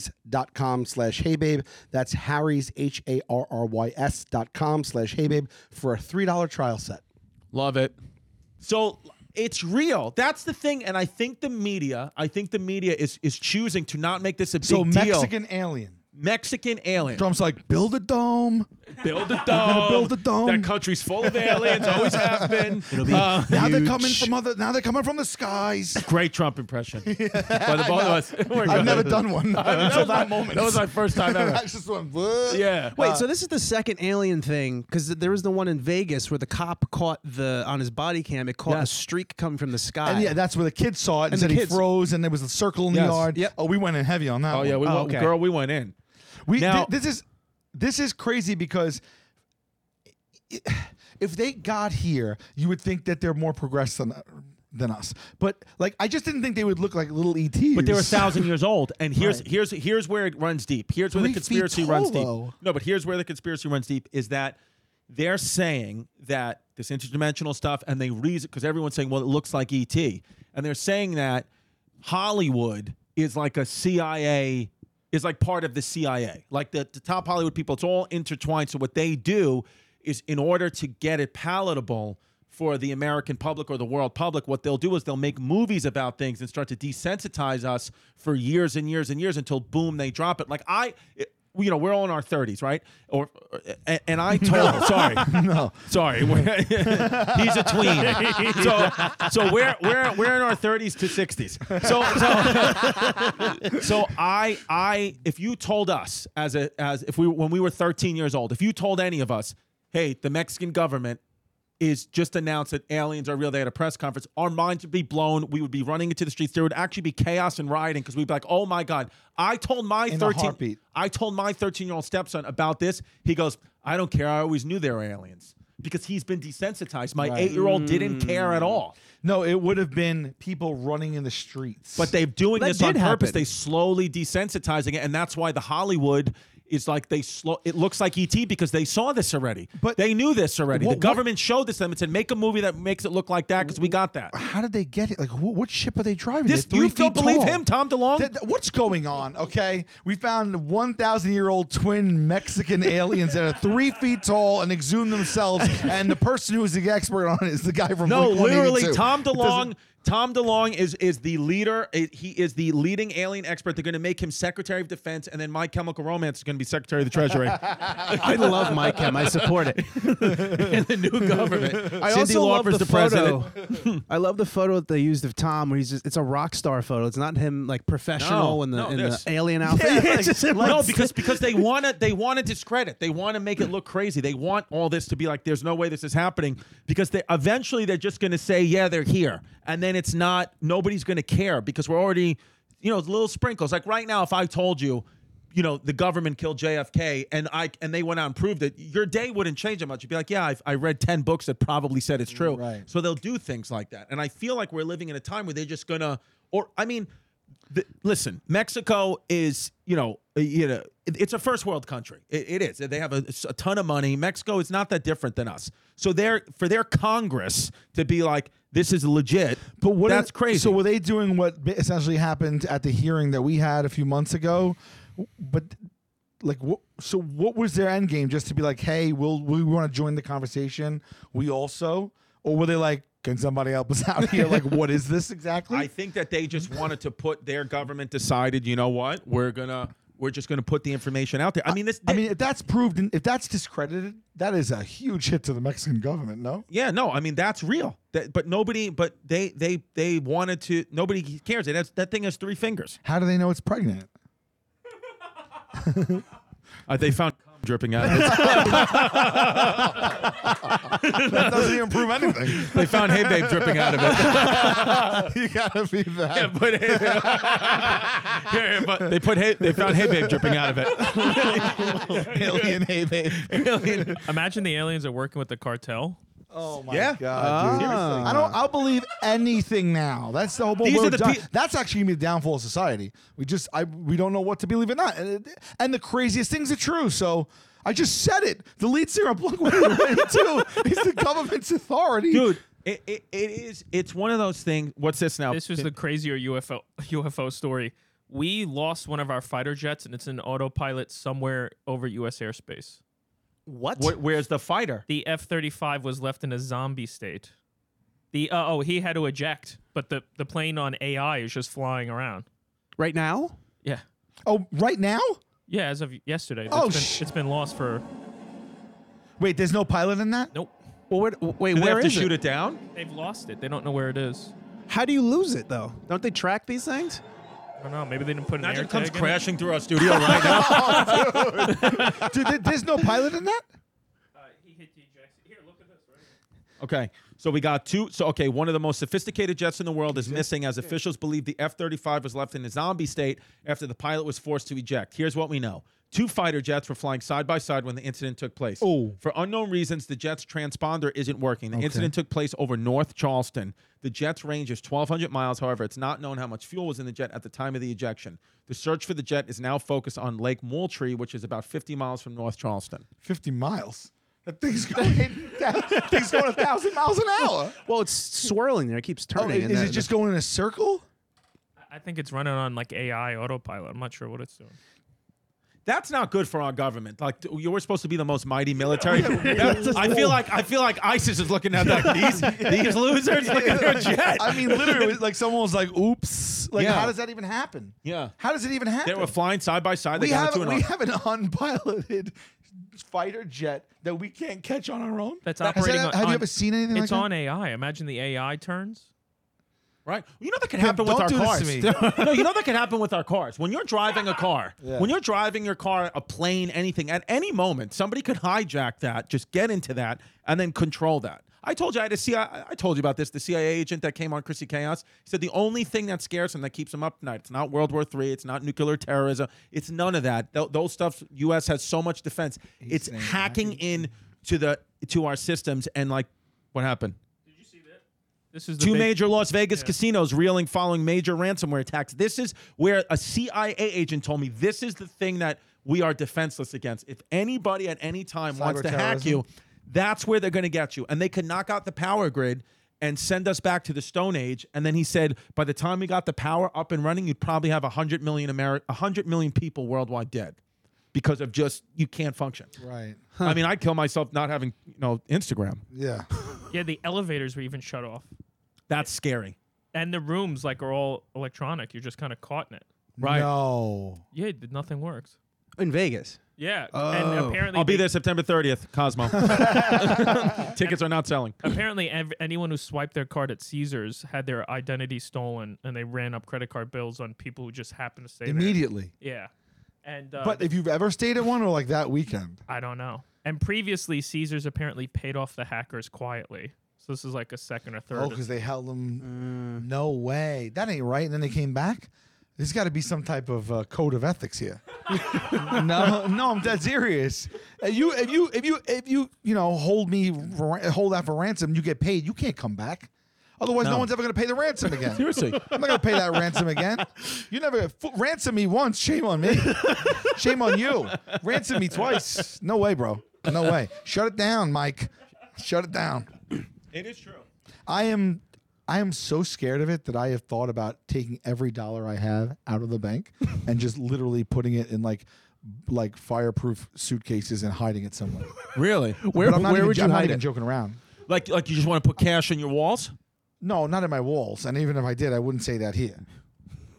Speaker 6: harrys.com slash heybabe. That's harrys, H A R R Y S dot com slash heybabe for a $3 trial set.
Speaker 3: Love it. So it's real. That's the thing. And I think the media, I think the media is is choosing to not make this a big
Speaker 4: so
Speaker 3: deal.
Speaker 4: Mexican alien
Speaker 3: Mexican alien.
Speaker 4: Trump's like build a dome
Speaker 3: Build a dome.
Speaker 4: build a dome.
Speaker 3: That country's full of aliens. Always have been. It'll be
Speaker 4: now they're coming from other now they're coming from the skies
Speaker 3: Great Trump impression. By the both of us. We're
Speaker 4: I've
Speaker 3: good.
Speaker 4: never done one until that moment
Speaker 3: That was my first time ever.
Speaker 4: I just went "What?"
Speaker 3: Yeah.
Speaker 2: Wait, so this is the second alien thing because there was the one in Vegas where the cop caught the on his body cam. It caught a streak coming from the sky.
Speaker 4: And yeah, that's where the kids saw it and,
Speaker 2: And
Speaker 4: said
Speaker 2: the
Speaker 4: he
Speaker 2: kids-
Speaker 4: froze and there was a circle in
Speaker 3: Yes.
Speaker 4: the yard.
Speaker 2: Yep.
Speaker 4: Oh, we went in heavy on that.
Speaker 3: Oh yeah, we
Speaker 2: Oh,
Speaker 3: went,
Speaker 2: okay.
Speaker 3: girl, we went in.
Speaker 4: We
Speaker 3: Now-
Speaker 4: thi- this is this is crazy because i- if they got here, you would think that they're more progressed than than us. But like, I just didn't think they would look like little E ETs.
Speaker 3: But they're a thousand years old, and here's here's here's where it runs deep. Here's where
Speaker 4: Three
Speaker 3: the
Speaker 4: feet
Speaker 3: conspiracy
Speaker 4: tall,
Speaker 3: runs deep.
Speaker 4: though.
Speaker 3: No, but here's where the conspiracy runs deep is that they're saying that this interdimensional stuff, and they reason because everyone's saying, well, it looks like ET, and they're saying that Hollywood is like a CIA is like part of the CIA, like the, the top Hollywood people. It's all intertwined. So what they do is, in order to get it palatable for the American public or the world public, what they'll do is they'll make movies about things and start to desensitize us for years and years and years until boom, they drop it. Like I. It, you know, we're all in our 30s, right? Or and, and I told, sorry,
Speaker 4: no.
Speaker 3: Sorry, we're- he's a tween. So, so we're we're we're in our thirties to sixties. So, so, so I I if you told us as a as if we when we were thirteen years old, if you told any of us, hey, the Mexican government is just announced that aliens are real. They had a press conference. Our minds would be blown. We would be running into the streets. There would actually be chaos and rioting because we'd be like, oh my god. I told my
Speaker 4: In a
Speaker 3: thirteen.
Speaker 4: heartbeat.
Speaker 3: I told my 13 year old stepson about this. He goes, I don't care. I always knew they were aliens because he's been desensitized. My eight year old didn't care at all.
Speaker 4: No, it would have been people running in the streets.
Speaker 3: But they're doing
Speaker 2: That
Speaker 3: this on
Speaker 2: did
Speaker 3: purpose.
Speaker 2: happen.
Speaker 3: They slowly desensitizing it. And that's why the Hollywood is like they slow it looks like ET because they saw this already.
Speaker 4: But-
Speaker 3: they knew this already.
Speaker 4: What-
Speaker 3: the
Speaker 4: what-
Speaker 3: government showed this to them and said, make a movie that makes it look like that because we got that.
Speaker 4: how did they get it? Like, wh- what ship are they driving?
Speaker 3: This-
Speaker 4: They're three
Speaker 3: you don't
Speaker 4: feet
Speaker 3: believe
Speaker 4: tall.
Speaker 3: him, Tom DeLonge?
Speaker 4: Th- th- what's going on? Okay, we found one thousand year old twin Mexican aliens that are three feet tall and exhume themselves, and the person who is the expert on it is the guy from
Speaker 3: No,
Speaker 4: Blink
Speaker 3: literally,
Speaker 4: 182.
Speaker 3: Tom
Speaker 4: It doesn't-
Speaker 3: DeLong. Tom DeLong is is the leader. i- He is the leading alien expert. They're going to make him Secretary of Defense, and then My Chemical Romance is going to be Secretary of the Treasury
Speaker 2: I love my chem. I support it.
Speaker 3: in the new government.
Speaker 2: I
Speaker 3: Cyndi
Speaker 2: also love
Speaker 3: Lauper's
Speaker 2: the, photo. I love the photo that they used of Tom, where he's just—it's a rock star photo. It's not him like professional
Speaker 3: No,
Speaker 2: in the
Speaker 3: no,
Speaker 2: in
Speaker 3: this.
Speaker 2: the alien outfit. It's just him,
Speaker 3: no,
Speaker 2: like,
Speaker 3: because because they want to they want to discredit. They want to make it look crazy. They want all this to be like there's no way this is happening because they eventually they're just going to say yeah they're here and then it's not nobody's going to care because we're already you know little sprinkles like right now if I told you you know the government killed JFK and I and they went out and proved it your day wouldn't change that much you'd be like yeah I've, I read 10 books that probably said it's true
Speaker 4: Right.
Speaker 3: so they'll do things like that and I feel like we're living in a time where they're just going to or I mean the, listen, Mexico is you know uh, you know it- it's a first world country. It, it is. They have a, a ton of money. Mexico is not that different than us. So they're for their Congress to be like this is legit.
Speaker 4: But what?
Speaker 3: That's
Speaker 4: if-
Speaker 3: crazy.
Speaker 4: So were they doing what ba- essentially happened at the hearing that we had a few months ago? W- But like, what? So what was their end game? Just to be like, hey, we'll, we want to join the conversation. We also, or were they like, can somebody help us out here? like, what is this exactly?
Speaker 3: I think that they just wanted to put their government decided. You know what? We're gonna we're just gonna put the information out there. I mean this.
Speaker 4: I mean, if that's proved, and if that's discredited, that is a huge hit to the Mexican government. No,
Speaker 3: yeah, no, I mean that's real. That, but nobody, but they, they, they wanted to. Nobody cares. It has, that thing has three fingers.
Speaker 4: how do they know it's pregnant?
Speaker 3: Uh, they found cum dripping out. of it.
Speaker 4: That doesn't even prove anything.
Speaker 3: they found hey babe dripping out of it.
Speaker 4: you gotta be that.
Speaker 3: Yeah, but, Yeah, yeah, but they put hay, they found hay babe dripping out of it.
Speaker 4: alien, hey babe.
Speaker 5: Imagine the aliens are working with the cartel.
Speaker 4: Oh my
Speaker 3: Yeah.
Speaker 4: god, dude.
Speaker 2: Ah.
Speaker 4: I don't. I'll believe anything now. That's the whole.
Speaker 3: These
Speaker 4: we're
Speaker 3: are the
Speaker 4: done.
Speaker 3: peo-
Speaker 4: That's actually gonna be the downfall of society. We just, I, we don't know what to believe or not. And, it- and the craziest things are true. So. I just said it. The lead singer of Blink 182 is the government's authority.
Speaker 3: Dude, it, it, it is it's one of those things. What's this now?
Speaker 5: This was the crazier UFO UFO story. We lost one of our fighter jets, and it's in autopilot somewhere over U.S. airspace.
Speaker 3: Where- where's the fighter?
Speaker 5: The F-35 was left in a zombie state. The uh, oh, he had to eject, but the the plane on AI is just flying around.
Speaker 2: right now.
Speaker 5: Yeah,
Speaker 4: Oh, right now?
Speaker 5: yeah. As of yesterday,
Speaker 4: Oh,
Speaker 5: it's been,
Speaker 4: sh-
Speaker 5: it's been lost for
Speaker 4: Wait, there's no pilot in that?
Speaker 5: nope.
Speaker 2: Well, where, wait,
Speaker 3: Do they
Speaker 2: where
Speaker 3: have to
Speaker 2: is
Speaker 3: shoot it
Speaker 2: it?
Speaker 3: down?
Speaker 5: They've lost it. They don't know where it is.
Speaker 2: How do you lose it though? Don't they track these things?
Speaker 5: I don't know. Maybe they didn't put an air
Speaker 3: Imagine
Speaker 5: tag
Speaker 3: comes
Speaker 5: in it.
Speaker 3: crashing through our studio right now.
Speaker 4: Dude, there- there's no pilot in that?
Speaker 5: Uh, He hit the eject. Here, look at this.
Speaker 3: Okay, so we got two. So okay, one of the most sophisticated jets in the world is missing, as officials believe the F-35 was left in a zombie state after the pilot was forced to eject. Here's what we know: Two fighter jets were flying side by side when the incident took place.
Speaker 4: Oh.
Speaker 3: For unknown reasons, the jet's transponder isn't working. The incident took place over North Charleston. The jet's range is 1,200 miles. However, it's not known how much fuel was in the jet at the time of the ejection. The search for the jet is now focused on Lake Moultrie, which is about 50 miles from North Charleston.
Speaker 4: 50 miles. That thing's going, that thing's going 1,000 miles an hour.
Speaker 2: Well, it's swirling there. It keeps
Speaker 4: Oh,
Speaker 2: turning. and
Speaker 4: is it
Speaker 2: that-
Speaker 4: just going in a circle?
Speaker 5: I think it's running on like AI autopilot. I'm not sure what it's doing.
Speaker 3: That's not good for our government. Like th- you were supposed to be the most mighty military. That- I feel like I feel like ISIS is looking at that. These these losers look at their jet.
Speaker 4: I mean, literally, like someone was like, oops. Like,
Speaker 3: Yeah.
Speaker 4: how does that even happen?
Speaker 3: Yeah.
Speaker 4: How does it even happen?
Speaker 3: They were flying side by side. They
Speaker 4: we,
Speaker 3: got
Speaker 4: have,
Speaker 3: into an
Speaker 4: we
Speaker 3: ar-
Speaker 4: have an unpiloted fighter jet that we can't catch on our own.
Speaker 5: That's
Speaker 4: Has
Speaker 5: operating
Speaker 4: that-
Speaker 5: on-
Speaker 4: have
Speaker 5: on-
Speaker 4: you ever seen anything
Speaker 5: It's
Speaker 4: like
Speaker 5: on AI. Imagine the AI turns.
Speaker 3: right. You know that could happen with
Speaker 4: don't
Speaker 3: our
Speaker 4: do this
Speaker 3: cars.
Speaker 4: to
Speaker 3: no, you know that could happen with our cars. When you're driving a car, when you're driving your car, a plane, anything, at any moment, somebody could hijack that, just get into that, and then control that. I told you I had a CIA. I told you about this. The CIA agent that came on Chrissy Chaos he said the only thing that scares him that keeps him up at night. It's not World War III. It's not nuclear terrorism. It's none of that. Tho- those stuff. U.S. has so much defense. it's hacking in to the to our systems and like what happened.
Speaker 5: This is the
Speaker 3: Two
Speaker 5: big-
Speaker 3: major Las Vegas casinos reeling following major ransomware attacks. This is where a CIA agent told me this is the thing that we are defenseless against. If anybody at any time wants to hack you, that's where they're going to get you. And they could knock out the power grid and send us back to the Stone Age. And then he said, by the time we got the power up and running, you'd probably have 100 million, Ameri- 100 million people worldwide dead because of just you can't function.
Speaker 4: that? Right.
Speaker 3: I mean, I'd kill myself not having, you know, Instagram.
Speaker 4: Yeah.
Speaker 5: Yeah, the elevators were even shut off,
Speaker 3: That's scary.
Speaker 5: and the rooms like are all electronic. You're just kind of caught in it.
Speaker 3: Right.
Speaker 4: No.
Speaker 5: Yeah, it did- nothing worked.
Speaker 2: in Vegas.
Speaker 5: Yeah,
Speaker 4: Oh.
Speaker 5: and apparently
Speaker 3: I'll be
Speaker 5: they-
Speaker 3: there September 30th, Cosmo. Tickets are not selling.
Speaker 5: Apparently, ev- anyone who swiped their card at Caesars had their identity stolen, and they ran up credit card bills on people who just happened to stay there.
Speaker 4: Immediately.
Speaker 5: Yeah, and uh,
Speaker 4: But if you've ever stayed at one or like that weekend,
Speaker 5: I don't know. And previously, Caesars apparently paid off the hackers quietly. So this is like a second or third.
Speaker 4: oh, because they held them. No way. That ain't right. And then they came back. There's got to be some type of uh, code of ethics here. no, no, I'm dead serious. If you, if you, if you, if you, you know, hold me, ra- hold that for ransom, you get paid. You can't come back. Otherwise, no,
Speaker 3: No.
Speaker 4: one's ever going to pay the ransom again.
Speaker 3: Seriously.
Speaker 4: I'm not gonna pay that ransom again. You never f- ransom me once. Shame on me. Shame on you. Ransom me twice. No way, bro. No way. Shut it down, Mike. Shut it down.
Speaker 3: It is true.
Speaker 4: I am. I am so scared of it that I have thought about taking every dollar I have out of the bank and just literally putting it in like, like fireproof suitcases and hiding it somewhere.
Speaker 3: Really?
Speaker 4: But I'm not even, jo- I'm not
Speaker 2: hide
Speaker 4: even
Speaker 2: it?
Speaker 4: joking around.
Speaker 3: Like, like you just want to put cash in your walls?
Speaker 4: No, not in my walls. And even if I did, I wouldn't say that here.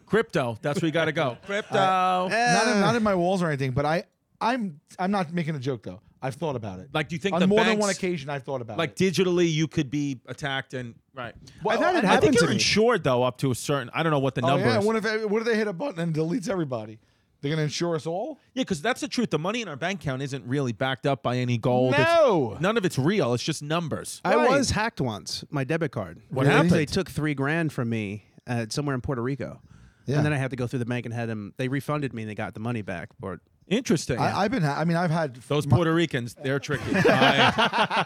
Speaker 3: Crypto. That's where you got to go. Crypto.
Speaker 4: not
Speaker 3: Uh.
Speaker 4: in, not in my walls or anything, but I I'm I'm not making a joke though. I've thought about it.
Speaker 3: Like, do you think
Speaker 4: on
Speaker 3: the
Speaker 4: more than
Speaker 3: banks-
Speaker 4: one occasion I've thought about
Speaker 3: like
Speaker 4: it.
Speaker 3: digitally, you could be attacked and right.
Speaker 4: Well, I've had
Speaker 3: I
Speaker 4: it happen
Speaker 3: think
Speaker 4: to
Speaker 3: you're
Speaker 4: me.
Speaker 3: insured though up to a certain. I don't know what the
Speaker 4: Oh
Speaker 3: number
Speaker 4: yeah,
Speaker 3: is.
Speaker 4: what if what if they hit a button and deletes everybody? They're gonna insure us all?
Speaker 3: yeah, because that's the truth. The money in our bank account isn't really backed up by any gold. It's-
Speaker 4: No.
Speaker 3: none of it's real. It's just numbers.
Speaker 2: I
Speaker 4: Right.
Speaker 2: was hacked once. My debit card.
Speaker 4: What
Speaker 2: They-
Speaker 4: happened?
Speaker 2: They took three grand from me at somewhere in Puerto Rico,
Speaker 4: Yeah.
Speaker 2: and then I had to go through the bank and had them. They refunded me and they got the money back. But
Speaker 3: Interesting.
Speaker 4: I, I've been ha- I mean I've had
Speaker 3: Those
Speaker 4: my-
Speaker 3: Puerto Ricans, they're tricky. I,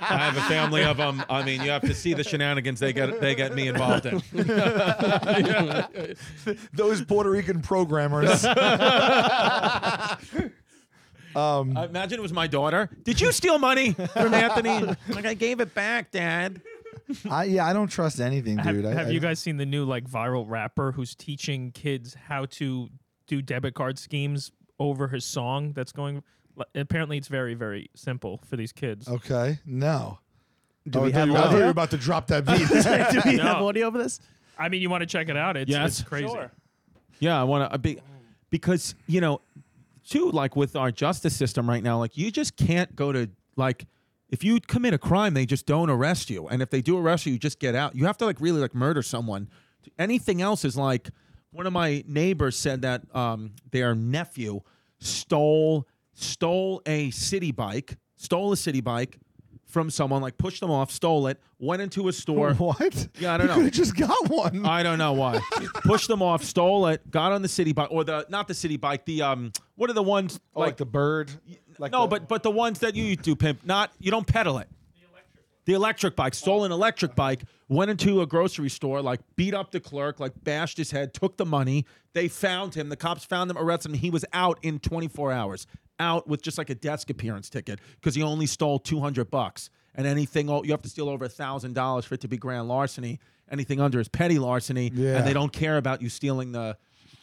Speaker 3: I have a family of them. I mean, you have to see the shenanigans they get they get me involved in.
Speaker 4: those Puerto Rican programmers.
Speaker 3: I imagine it was my daughter. Did you steal money from Anthony? like I gave it back, Dad.
Speaker 4: I yeah, I don't trust anything,
Speaker 5: have,
Speaker 4: dude. I,
Speaker 5: have
Speaker 4: I-
Speaker 5: you guys seen the new like viral rapper who's teaching kids how to do debit card schemes over his song that's going? li- Apparently, it's very very simple for these kids.
Speaker 4: Okay. No.
Speaker 2: do
Speaker 4: Oh, I
Speaker 2: we
Speaker 4: thought
Speaker 2: have
Speaker 4: you- I thought you were
Speaker 2: audio?
Speaker 4: about to drop that beat.
Speaker 2: do we
Speaker 5: No.
Speaker 2: have audio over this?
Speaker 5: I mean, you want to check it out? It's,
Speaker 3: Yes.
Speaker 5: it's crazy.
Speaker 3: Yeah, I want to be because you know, too. Like with our justice system right now, like you just can't go to like if you commit a crime, they just don't arrest you, and if they do arrest you, you just get out. You have to like really like murder someone. Anything else is like one of my neighbors said that um, their nephew stole stole a city bike, stole a city bike from someone, like pushed them off, stole it, went into a store.
Speaker 4: What?
Speaker 3: Yeah, I don't
Speaker 4: you
Speaker 3: know.
Speaker 4: Could have just got one.
Speaker 3: I don't know why. Pushed them off, stole it, got on the city bike or the not the city bike, the um what are the ones
Speaker 4: Oh, like, the bird. Like
Speaker 3: no,
Speaker 4: the-
Speaker 3: but but the ones that you do pimp, not you don't pedal it. The electric bike, stole an electric bike, went into a grocery store, like beat up the clerk, like bashed his head, took the money. They found him. The cops found him, arrested him. He was out in 24 hours, out with just like a desk appearance ticket because he only stole 200 bucks. And anything o- you have to steal over a thousand dollars for it to be grand larceny. Anything under is petty larceny,
Speaker 4: Yeah.
Speaker 3: and they don't care about you stealing the.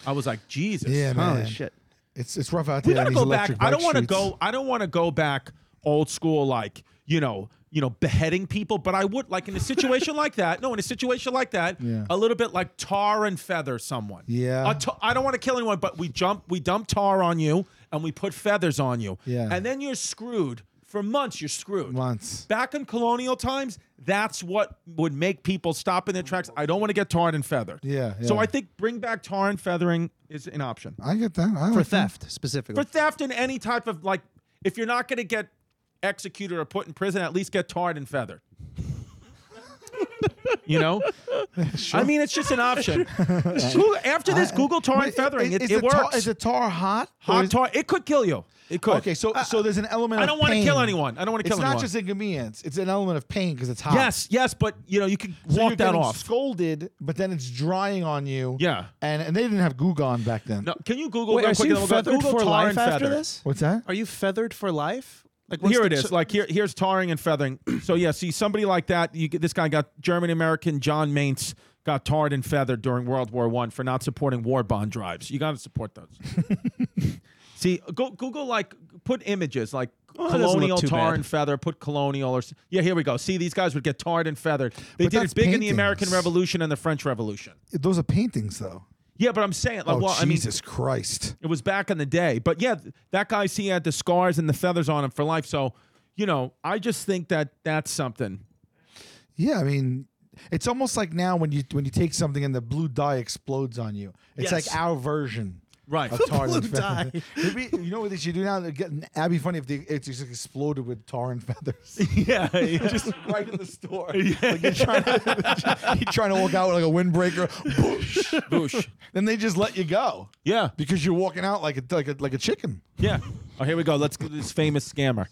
Speaker 3: I was like, Jesus,
Speaker 4: yeah, man.
Speaker 2: Holy shit.
Speaker 4: It's it's rough out
Speaker 3: we
Speaker 4: there. on
Speaker 3: gotta
Speaker 4: these
Speaker 3: go back.
Speaker 4: electric
Speaker 3: I
Speaker 4: bike
Speaker 3: don't want to
Speaker 4: streets.
Speaker 3: go. I don't want to go back old school, like you know, you know, beheading people. But I would like in a situation like that. No, in a situation like that,
Speaker 4: Yeah.
Speaker 3: a little bit like tar and feather someone.
Speaker 4: Yeah.
Speaker 3: A ta- I don't want to kill anyone, but we jump, we dump tar on you, and we put feathers on you.
Speaker 4: Yeah.
Speaker 3: and then you're screwed for months. You're screwed
Speaker 4: Months.
Speaker 3: back in colonial times, that's what would make people stop in their tracks. I don't want to get tarred and feathered.
Speaker 4: Yeah,
Speaker 3: So
Speaker 4: yeah.
Speaker 3: I think bring back tar and feathering is an option
Speaker 4: I get that. I like
Speaker 2: For
Speaker 4: that.
Speaker 2: theft specifically.
Speaker 3: for theft and any type of like if you're not going to get executed or put in prison at least get tarred and feathered you know i mean it's just an option Google- after this google tar and
Speaker 4: Wait,
Speaker 3: feathering it,
Speaker 4: is
Speaker 3: it
Speaker 4: the tar-
Speaker 3: works
Speaker 4: is the tar hot? or
Speaker 3: Hot
Speaker 4: is-
Speaker 3: tar it could kill you it could
Speaker 4: Okay, so so there's an element.
Speaker 3: I
Speaker 4: of
Speaker 3: don't wanna kill
Speaker 4: pain.
Speaker 3: anyone. I don't wanna kill
Speaker 4: It's
Speaker 3: anyone.
Speaker 4: not just inconvenience. It's an element of pain because it's hot.
Speaker 3: yes yes but you know you could
Speaker 4: So
Speaker 3: walk
Speaker 4: you're
Speaker 3: that
Speaker 4: getting
Speaker 3: off
Speaker 4: Scolded, but then it's drying on you.
Speaker 3: Yeah.
Speaker 4: And and they didn't have Goo Gone back then.
Speaker 3: no, can you google
Speaker 2: Wait,
Speaker 3: real
Speaker 2: are
Speaker 3: quick
Speaker 2: you
Speaker 3: and then we'll go-
Speaker 2: feathered
Speaker 3: google
Speaker 2: for
Speaker 3: tar
Speaker 2: life
Speaker 3: and
Speaker 2: after
Speaker 3: feather
Speaker 2: this?
Speaker 4: What's that?
Speaker 2: Are you feathered for life? Like
Speaker 3: here it is. like here, here's tarring and feathering. So yeah, see somebody like that. You get, this guy got German American John Mainz got tarred and feathered during World War One for not supporting war bond drives. You got to support those. see, go, Google like put images like
Speaker 2: that doesn't look
Speaker 3: colonial
Speaker 2: too
Speaker 3: tar
Speaker 2: bad.
Speaker 3: and feather. Put colonial or s- yeah. Here we go. See these guys would get tarred and feathered. They
Speaker 4: But
Speaker 3: did
Speaker 4: that's
Speaker 3: it big in the American
Speaker 4: paintings.
Speaker 3: Revolution and the French Revolution.
Speaker 4: Those are paintings, though.
Speaker 3: Yeah, but I'm saying like,
Speaker 4: oh
Speaker 3: Uh, well, I mean,
Speaker 4: Jesus Christ!
Speaker 3: it was back in the day. But yeah, th- that guy, see, he had the scars and the feathers on him for life. So, you know, I just think that that's something.
Speaker 4: Yeah, I mean, it's almost like now when you when you take something and the blue dye explodes on you. It's
Speaker 3: Yes.
Speaker 4: like our version.
Speaker 3: Right.
Speaker 4: Of
Speaker 3: The
Speaker 4: tar
Speaker 2: blue
Speaker 4: and feather.
Speaker 2: dye.
Speaker 4: It'd be- you know what they should do now? They're Getting, that'd be funny if they, it just exploded with tar and feathers.
Speaker 3: Yeah. just
Speaker 4: right in the store. Like you're trying to, you're trying to walk out with like a windbreaker. Boosh.
Speaker 3: boosh.
Speaker 4: Then they just let you go
Speaker 3: Yeah.
Speaker 4: because you're walking out like a like a like a chicken.
Speaker 3: Yeah. Oh, here we go. Let's go to this famous scammer.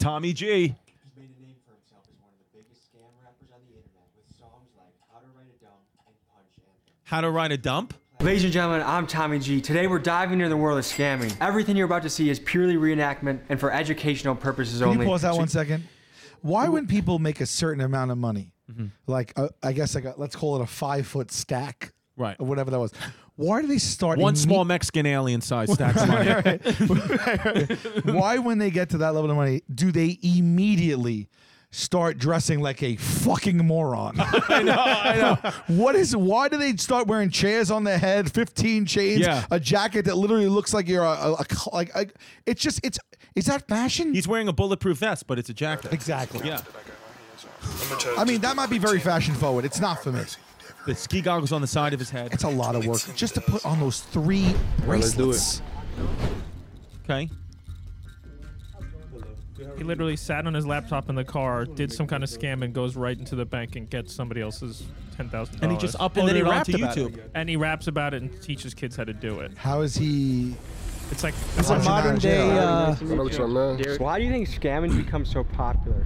Speaker 3: Tommy G.
Speaker 7: He's made a name for himself as one of the biggest scam rappers on the internet with songs like How to Write a Dump and Punch Anthem.
Speaker 3: How to ride a dump?
Speaker 8: Ladies and gentlemen, I'm Tommy G. Today we're diving into the world of scamming. Everything you're about to see is purely reenactment and for educational purposes
Speaker 4: Can
Speaker 8: only.
Speaker 4: you pause that one second? Why, when people make a certain amount of money,
Speaker 3: Mm-hmm.
Speaker 4: like uh, I guess like a, let's call it a five foot stack,
Speaker 3: Right.
Speaker 4: or whatever that was, why do they start
Speaker 3: One
Speaker 4: imme-
Speaker 3: small Mexican alien size stacks of money.
Speaker 4: Why, when they get to that level of money, do they immediately start dressing like a fucking moron? I know, I know. What is? Why do they start wearing chairs on their head, fifteen chains,
Speaker 3: Yeah.
Speaker 4: a jacket that literally looks like you're a, a, a cl- like a, it's just it's is that fashion?
Speaker 3: He's wearing a bulletproof vest, but it's a jacket.
Speaker 4: exactly.
Speaker 3: Yeah.
Speaker 4: I mean, that might be very fashion forward. It's not for me.
Speaker 3: The ski goggles on the side of his head.
Speaker 4: It's a lot of work just to put on those three bracelets.
Speaker 3: Okay.
Speaker 5: He literally sat on his laptop in the car, did some kind of scam, and goes right into the bank and gets somebody else's ten thousand.
Speaker 3: Oh, And he just uploaded
Speaker 2: then he
Speaker 3: it
Speaker 2: rapped
Speaker 3: onto
Speaker 2: about it.
Speaker 3: YouTube.
Speaker 5: and he raps about it and teaches kids how to do it.
Speaker 4: How is he?
Speaker 5: It's like
Speaker 4: It's a modern
Speaker 2: day, uh,
Speaker 8: Why do you think scamming becomes so popular?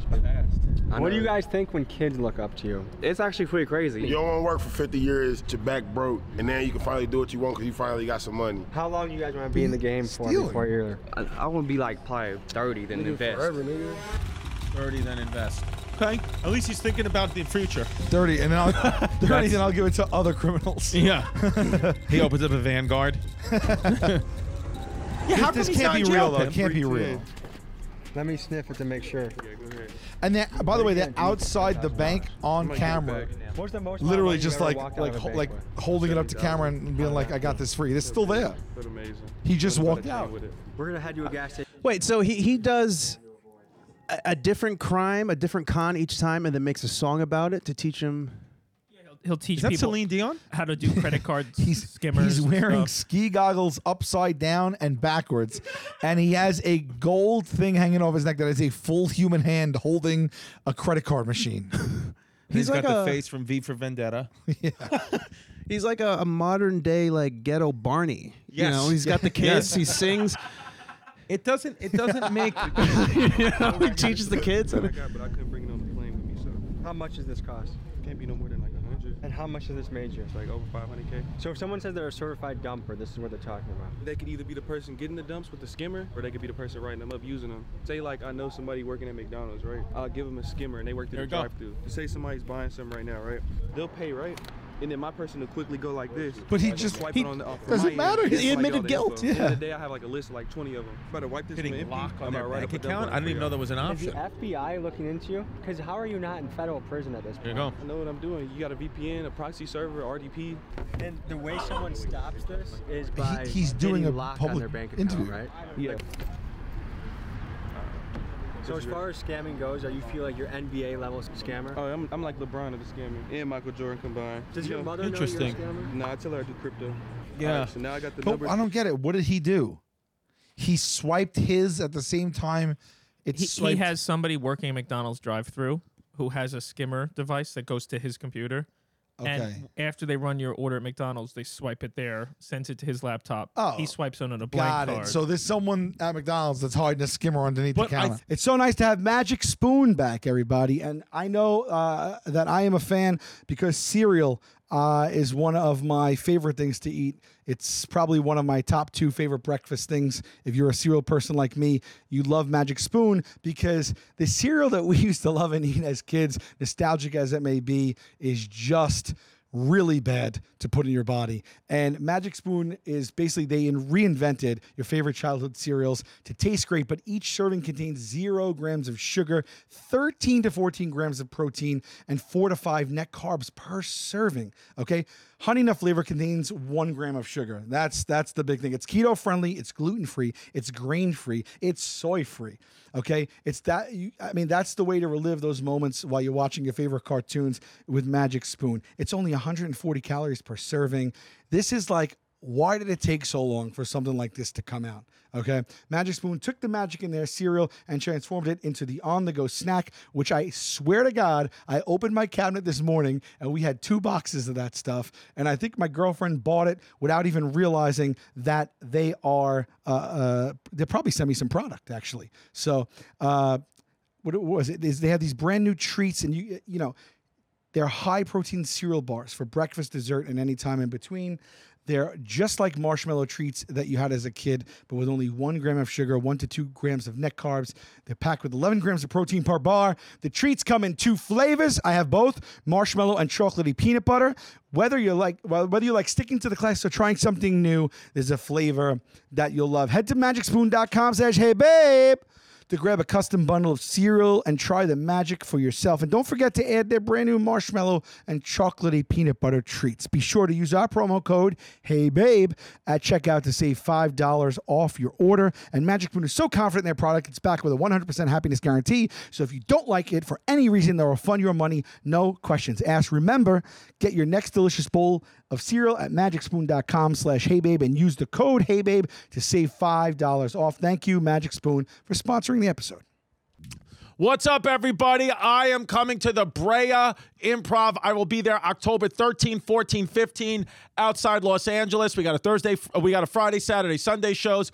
Speaker 8: What do you guys think when kids look up to you? It's actually pretty crazy.
Speaker 9: You don't want to work for 50 years, your back broke, and now you can finally do what you want because you finally got some money.
Speaker 8: How long you guys want to be in the game for
Speaker 4: Stealing.
Speaker 8: before you're? I, I want to be like probably 30, then invest.
Speaker 9: nigga.
Speaker 3: 30, then invest. Okay. At least he's thinking about the future.
Speaker 4: Dirty, and then I'll, dirty, then I'll give it to other criminals.
Speaker 3: Yeah. he opens up a Vanguard. yeah, how
Speaker 4: this can't be real, though. It can't be real.
Speaker 8: Let me sniff it to make sure.
Speaker 4: And then, uh, by the way, they're outside the bank on camera,
Speaker 8: What's the most?
Speaker 4: literally just like like ho- like holding it up to camera and being like, "I got this free." It's still there. He just walked out.
Speaker 8: We're gonna head to a gas station.
Speaker 2: Wait, so he, he does a, a different crime, a different con each time, and then makes a song about it to teach him.
Speaker 5: He'll he'll teach
Speaker 3: Is that
Speaker 5: people
Speaker 3: Celine Dion?
Speaker 5: how to do credit card
Speaker 4: He's,
Speaker 5: skimmers.
Speaker 4: he's
Speaker 5: and
Speaker 4: wearing
Speaker 5: stuff.
Speaker 4: ski goggles upside down and backwards, and he has a gold thing hanging off his neck that is a full human hand holding a credit card machine.
Speaker 3: He's
Speaker 2: like
Speaker 3: got
Speaker 2: a-
Speaker 3: the face from V for Vendetta.
Speaker 2: He's like a, a modern day like ghetto Barney. You
Speaker 3: Yes.
Speaker 2: know, he's got the kids.
Speaker 3: Yes.
Speaker 2: He sings.
Speaker 3: It doesn't. It doesn't make.
Speaker 2: You
Speaker 4: Oh
Speaker 2: know, he teaches the kids.
Speaker 8: I got, but I couldn't bring it on the plane with me. So how much does this cost? Can't be no more than like a hundred. And how much does this major? It's like over 500k. So if someone says they're a certified dumper, this is what they're talking about.
Speaker 10: They could either be the person getting the dumps with the skimmer, or they could be the person writing them up using them. Say like I know somebody working at McDonald's, right? I'll give them a skimmer and they work through
Speaker 3: There
Speaker 10: the
Speaker 3: you go.
Speaker 10: drive-through. Say somebody's buying something right now, right? They'll pay, right? And then my person will quickly go like this.
Speaker 4: But he
Speaker 10: Like,
Speaker 4: just-
Speaker 10: wipe
Speaker 4: he-
Speaker 10: it on the, off
Speaker 4: doesn't
Speaker 10: my end.
Speaker 4: matter, he
Speaker 10: It's like
Speaker 4: admitted
Speaker 10: all the
Speaker 4: guilt,
Speaker 10: info. At the end
Speaker 4: yeah.
Speaker 10: of the day, I have like a list of like 20 of them. Better wipe this
Speaker 3: Hitting
Speaker 10: one
Speaker 3: lock
Speaker 10: empty.
Speaker 3: on
Speaker 10: I'm
Speaker 3: their
Speaker 10: about right up
Speaker 3: bank
Speaker 10: a dump
Speaker 3: account.
Speaker 10: on
Speaker 3: I didn't
Speaker 10: it
Speaker 3: even
Speaker 10: for
Speaker 3: know
Speaker 10: y'all.
Speaker 3: that was an
Speaker 8: Is the
Speaker 3: option.
Speaker 8: FBI looking into you? Because how are you not in federal prison at this point?
Speaker 3: There you go.
Speaker 10: I know what I'm doing. You got a VPN, a proxy server, RDP.
Speaker 8: And the way someone stops this is by
Speaker 4: He- he's doing
Speaker 8: getting
Speaker 4: a
Speaker 8: locked on
Speaker 4: public
Speaker 8: their bank account,
Speaker 4: interview.
Speaker 8: right?
Speaker 10: Yeah.
Speaker 8: So as far as scamming goes, are you feel like you're NBA level scammer?
Speaker 10: Oh, I'm, I'm like LeBron of a scammer and Michael Jordan combined.
Speaker 8: Does your
Speaker 10: Yeah.
Speaker 8: mother know you're a
Speaker 3: interesting.
Speaker 8: scammer?
Speaker 10: Nah, I tell her I do crypto.
Speaker 3: Yeah.
Speaker 10: Alright, so now I got the
Speaker 4: But
Speaker 10: number.
Speaker 4: I don't get it. What did he do? He swiped his at the same time. It's
Speaker 5: He, he has somebody working at McDonald's drive-through who has a skimmer device that goes to his computer.
Speaker 4: Okay.
Speaker 5: And after they run your order at McDonald's, they swipe it there, sends it to his laptop.
Speaker 4: Oh.
Speaker 5: he swipes it on a blank
Speaker 4: got
Speaker 5: card.
Speaker 4: it. So there's someone at McDonald's that's hiding a skimmer underneath
Speaker 3: But
Speaker 4: the
Speaker 3: I
Speaker 4: counter.
Speaker 6: It's so nice to have Magic Spoon back, everybody. And I know uh, that I am a fan because cereal uh, is one of my favorite things to eat. It's probably one of my top two favorite breakfast things. If you're a cereal person like me, you love Magic Spoon because the cereal that we used to love and eat as kids, nostalgic as it may be, is just really bad to put in your body. And Magic Spoon is basically they in- reinvented your favorite childhood cereals to taste great, but each serving contains zero grams of sugar, 13 to 14 grams of protein, and four to five net carbs per serving. Okay. Honey Nut Flavor contains one gram of sugar. That's that's the big thing. It's keto friendly, it's gluten free, it's grain free, it's soy free. Okay, it's that. You, I mean, that's the way to relive those moments while you're watching your favorite cartoons with Magic Spoon. It's only 140 calories per serving. This is like, why did it take so long for something like this to come out? Okay, Magic Spoon took the magic in their cereal and transformed it into the on-the-go snack, which I swear to God, I opened my cabinet this morning and we had two boxes of that stuff, and I think my girlfriend bought it without even realizing that they are uh, uh, they probably sent me some product actually. So uh, what it was it is they have these brand new treats and you you know they're high protein cereal bars for breakfast, dessert, and any time in between. They're just like marshmallow treats that you had as a kid, but with only one gram of sugar, one to two grams of net carbs. They're packed with 11 grams of protein per bar. The treats come in two flavors. I have both marshmallow and chocolatey peanut butter. Whether you like, well, whether you like sticking to the class or trying something new, there's a flavor that you'll love. Head to magicspoon.com/slash hey babe to grab a custom bundle of cereal and try the magic for yourself. And don't forget to add their brand new marshmallow and chocolatey peanut butter treats. Be sure to use our promo code HeyBabe at checkout to save $5 off your order. And Magic Moon is so confident in their product, it's backed with a 100% happiness guarantee. So if you don't like it for any reason, they'll refund your money. No questions asked. Remember, get your next delicious bowl of cereal at magicspoon.com slash heybabe and use the code heybabe to save $5 off. Thank you, Magic Spoon, for sponsoring the episode.
Speaker 3: What's up, everybody? I am coming to the Brea Improv. I will be there October 13, 14, 15 outside Los Angeles. We got a Thursday, we got a Friday, Saturday, Sunday shows.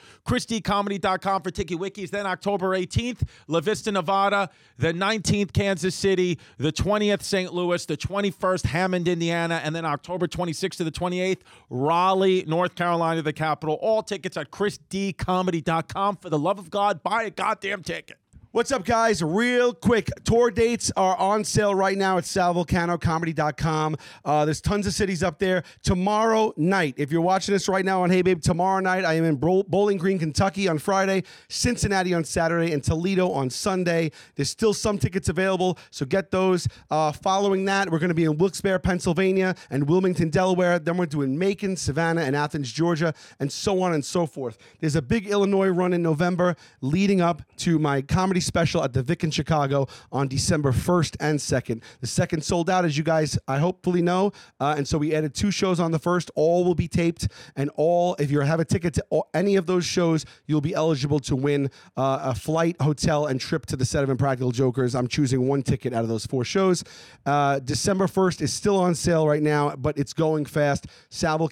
Speaker 3: ChristieComedy.com for Tiki Wikis. Then October 18th, La Vista, Nevada. The 19th, Kansas City. The 20th, St. Louis. The 21st, Hammond, Indiana. And then October 26th to the 28th, Raleigh, North Carolina, the capital. All tickets at ChristieComedy.com. For the love of God, buy a goddamn ticket.
Speaker 6: What's up, guys? Real quick, tour dates are on sale right now at salvolcanocomedy.com. Uh, there's tons of cities up there. Tomorrow night, if you're watching this right now on Hey Babe, tomorrow night I am in Bro- Bowling Green, Kentucky on Friday, Cincinnati on Saturday, and Toledo on Sunday. There's still some tickets available, so get those. Uh, following that, we're going to be in Wilkes-Barre, Pennsylvania, and Wilmington, Delaware. Then we're doing Macon, Savannah, and Athens, Georgia, and so on and so forth. There's a big Illinois run in November leading up to my comedy special at the Vic in Chicago on December 1st and 2nd. The second sold out, as you guys I hopefully know. Uh, and so we added two shows on the first. All will be taped. And all, if you have a ticket to all, any of those shows, you'll be eligible to win uh, a flight, hotel, and trip to the set of Impractical Jokers. I'm choosing one ticket out of those four shows. Uh, December 1st is still on sale right now, but it's going fast.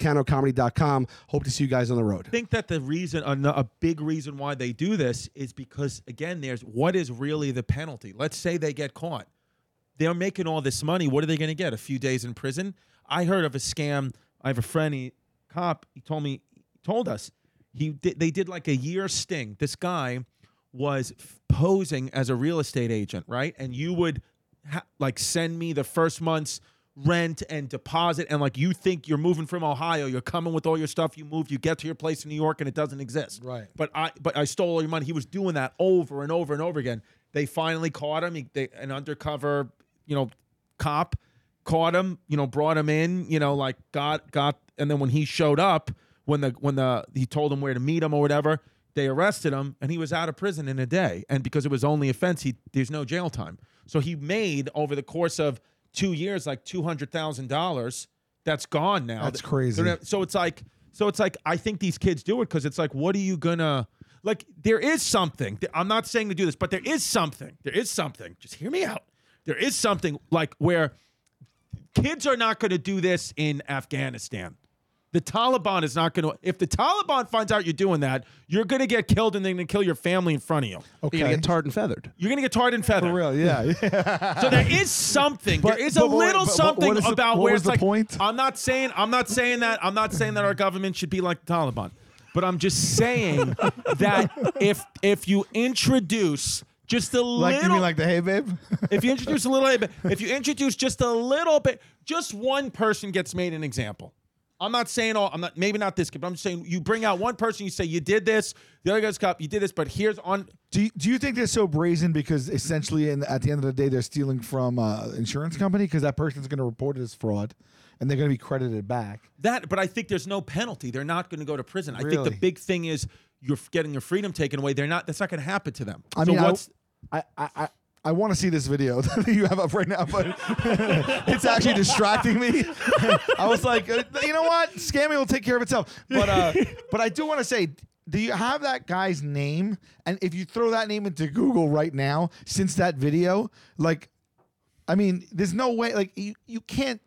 Speaker 6: SalVolcanoComedy.com. Hope to see you guys on the road.
Speaker 3: think that the reason, a, a big reason why they do this is because, again, there's what is really the penalty? Let's say they get caught. They're making all this money. What are they going to get? A few days in prison? I heard of a scam. I have a friend, he, cop. He told me, told us, he did, they did like a year sting. This guy was f- posing as a real estate agent, right? And you would ha- like send me the first month's rent and deposit and like you think you're moving from Ohio, you're coming with all your stuff, you move, you get to your place in New York and it doesn't exist.
Speaker 6: Right.
Speaker 3: But I but I stole all your money. He was doing that over and over and over again. They finally caught him. He, they, an undercover, you know, cop caught him, you know, brought him in, you know, like got got and then when he showed up, when the when the he told him where to meet him or whatever, they arrested him and he was out of prison in a day. And because it was only offense, he there's no jail time. So he made over the course of two years like two hundred thousand dollars. That's gone now.
Speaker 4: That's
Speaker 3: Th-
Speaker 4: crazy.
Speaker 3: they're not- so it's like so it's like I think these kids do it because it's like what are you gonna like there is something th- I'm not saying to do this but there is something there is something just hear me out there is something like where kids are not gonna do this in Afghanistan the Taliban is not gonna if the Taliban finds out you're doing that you're gonna get killed and they're gonna kill your family in front of you
Speaker 2: You're gonna get tarred and feathered.
Speaker 3: you're gonna get tarred and feathered
Speaker 4: For real, yeah.
Speaker 3: so there is something. there is a
Speaker 4: but what-
Speaker 3: little
Speaker 4: but what-
Speaker 3: something
Speaker 4: what is the-
Speaker 3: about
Speaker 4: what
Speaker 3: where
Speaker 4: was
Speaker 3: it's
Speaker 4: the
Speaker 3: like.
Speaker 4: point?
Speaker 3: I'm not saying. I'm not saying that. I'm not saying that our government should be like the Taliban. But I'm just saying that if if you introduce just a
Speaker 4: like you
Speaker 3: little,
Speaker 4: mean like the hey babe?
Speaker 3: if you introduce a little bit, if you introduce just a little bit, just one person gets made an example. I'm not saying all. I'm not maybe not this kid, but I'm just saying you bring out one person, you say you did this, the other guy's cop, you did this, but here's on.
Speaker 4: do, you, do you think they're so brazen because essentially in, at the end of the day they're stealing from uh, insurance company because that person's going to report it as fraud and they're going to be credited back.
Speaker 3: That, but I think there's no penalty. They're not going to go to prison. I think
Speaker 4: Really?
Speaker 3: the big thing is you're f- getting your freedom taken away. They're not. That's not going to happen to them.
Speaker 4: I
Speaker 3: so
Speaker 4: mean, I-
Speaker 3: what's
Speaker 4: I, I, I, I want to see this video that you have up right now, but it's actually distracting me. I was like, uh, you know what, scamming will take care of itself. But uh, but I do want to say, do you have that guy's name? And if you throw that name into Google right now, since that video, like, I mean, there's no way, like, you, you can't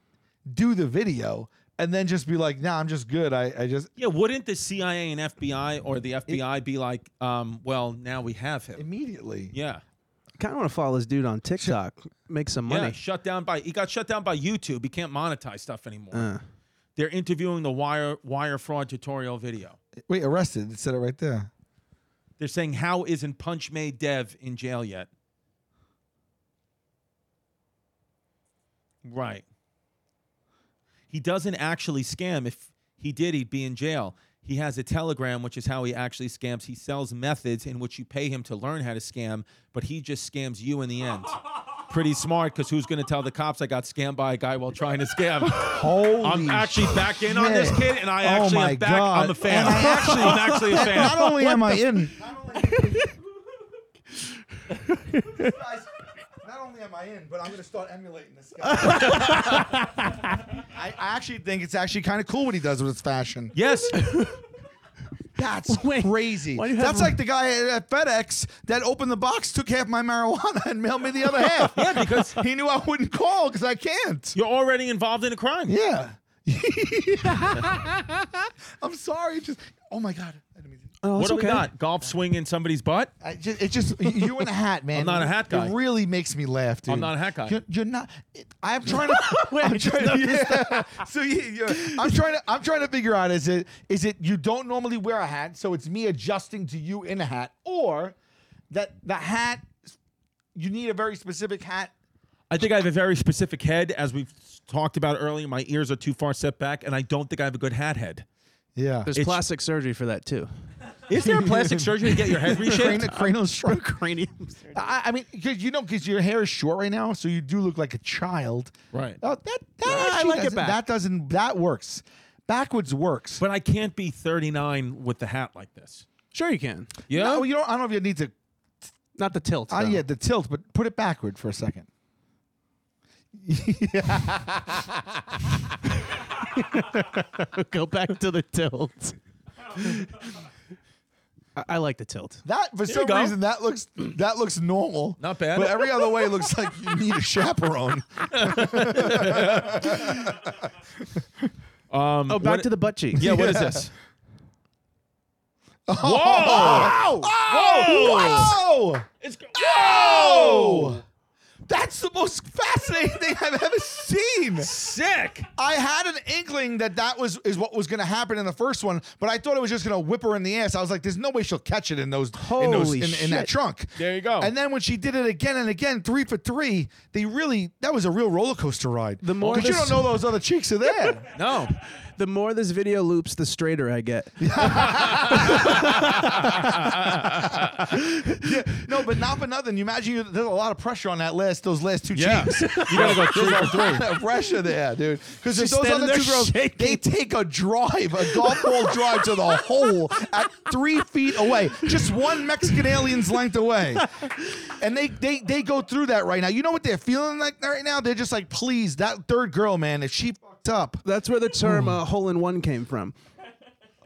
Speaker 4: do the video and then just be like, nah, I'm just good. I, I just
Speaker 3: yeah? Wouldn't the CIA and FBI or the FBI be like, um, well, now we have him?
Speaker 4: immediately.
Speaker 3: Yeah,
Speaker 2: Kind of want to follow this dude on TikTok, make some
Speaker 3: yeah.
Speaker 2: money.
Speaker 3: Shut down by he got shut down by YouTube. He can't monetize stuff anymore.
Speaker 2: Uh.
Speaker 3: They're interviewing the wire wire fraud tutorial video.
Speaker 4: Wait, arrested. It said it right there.
Speaker 3: They're saying how isn't Punch Made Dev in jail yet? Right. He doesn't actually scam. If he did, he'd be in jail. He has a telegram, which is how he actually scams. He sells methods in which you pay him to learn how to scam, but he just scams you in the end. Pretty smart, because who's going to tell the cops I got scammed by a guy while trying to scam?
Speaker 4: Holy
Speaker 3: I'm actually back in on this
Speaker 4: shit.
Speaker 3: kid, and I
Speaker 4: Oh
Speaker 3: actually
Speaker 4: my
Speaker 3: am back.
Speaker 4: God.
Speaker 3: I'm a fan.
Speaker 4: And I actually-
Speaker 3: I'm actually a fan.
Speaker 4: Not only am I in, Not only am I in, but I'm gonna start emulating this guy. I, I actually think it's actually kind of cool what he does with his fashion.
Speaker 3: yes,
Speaker 4: That's crazy.
Speaker 2: do you have
Speaker 4: That's
Speaker 2: a-
Speaker 4: like the guy at- at FedEx that opened the box, took half my marijuana, and mailed me the other half. yeah, because he knew I wouldn't call because I can't.
Speaker 3: you're already involved in a crime.
Speaker 4: Yeah. I'm sorry. Just oh my god. I didn't mean to-
Speaker 2: Oh,
Speaker 3: What
Speaker 2: that's
Speaker 3: do
Speaker 2: okay.
Speaker 3: we got? Golf swing in somebody's butt?
Speaker 4: I just, it just y- you in a hat, man.
Speaker 3: not a hat guy.
Speaker 4: It really makes me laugh, dude.
Speaker 3: I'm not a hat guy.
Speaker 4: You're, you're not. It, I'm trying to. I'm trying to. yeah. So you, you're, I'm trying to. I'm trying to figure out is it is it you don't normally wear a hat, so it's me adjusting to you in a hat, or that the hat you need a very specific hat.
Speaker 3: I think I have a very specific head, as we've talked about earlier. My ears are too far set back, and I don't think I have a good hat head.
Speaker 4: Yeah.
Speaker 2: There's
Speaker 3: It's-
Speaker 2: plastic surgery for that too.
Speaker 3: Is there a plastic surgery to get your head reshaped?
Speaker 4: cranial stroke.
Speaker 2: Cranium.
Speaker 4: I, I mean, because you know, because your hair is short right now, so you do look like a child.
Speaker 3: Right.
Speaker 4: Oh, that that
Speaker 2: I
Speaker 4: actually
Speaker 2: like it
Speaker 4: doesn't-
Speaker 2: back.
Speaker 4: That doesn't that works. Backwards works.
Speaker 3: But I can't be 39 with the hat like this.
Speaker 2: Sure, you can.
Speaker 3: Yeah,
Speaker 4: No, you don't. I don't know if you need to
Speaker 2: Not the tilt.
Speaker 4: Uh,
Speaker 2: though.
Speaker 4: yeah, the tilt, but put it backward for a second.
Speaker 2: Go back to the tilt. I, I like the tilt.
Speaker 4: That for some
Speaker 3: go.
Speaker 4: reason that looks that looks normal.
Speaker 3: Not bad.
Speaker 4: But every other way looks like you need a chaperone.
Speaker 3: Um,
Speaker 2: Oh, back
Speaker 3: what-
Speaker 2: to the butt cheeks.
Speaker 3: Yeah, what is this? Whoa!
Speaker 4: Oh! Whoa!
Speaker 3: It's,
Speaker 4: Whoa! That's the most fascinating thing I've ever seen.
Speaker 3: sick.
Speaker 4: I had an inkling that that was is what was going to happen in the first one, but I thought it was just going to whip her in the ass. I was like, "There's no way she'll catch it in those, in, those
Speaker 2: Holy
Speaker 4: in, in that
Speaker 2: shit.
Speaker 4: trunk."
Speaker 3: There you go.
Speaker 4: And then when she did it again and again, three for three, they really that was a real roller coaster ride. The
Speaker 2: more
Speaker 4: because you
Speaker 2: this-
Speaker 4: don't know those other cheeks are there.
Speaker 3: No.
Speaker 2: The more this video loops, the straighter I get.
Speaker 4: no, but not for nothing. You imagine you, there's a lot of pressure on that last those last two
Speaker 3: Yeah.
Speaker 4: cheeks.
Speaker 3: You gotta go three for
Speaker 4: A
Speaker 3: three.
Speaker 4: lot of pressure there, dude. Because those
Speaker 2: She's
Speaker 4: other
Speaker 2: standing
Speaker 4: two
Speaker 2: there
Speaker 4: girls, they take a drive, a golf ball drive to the hole at three feet away, just one Mexican alien's length away, and they they they go through that right now. You know what they're feeling like right now? They're just like, please, that third girl, man, if she fucked up.
Speaker 2: That's where the term uh, hole in one came from.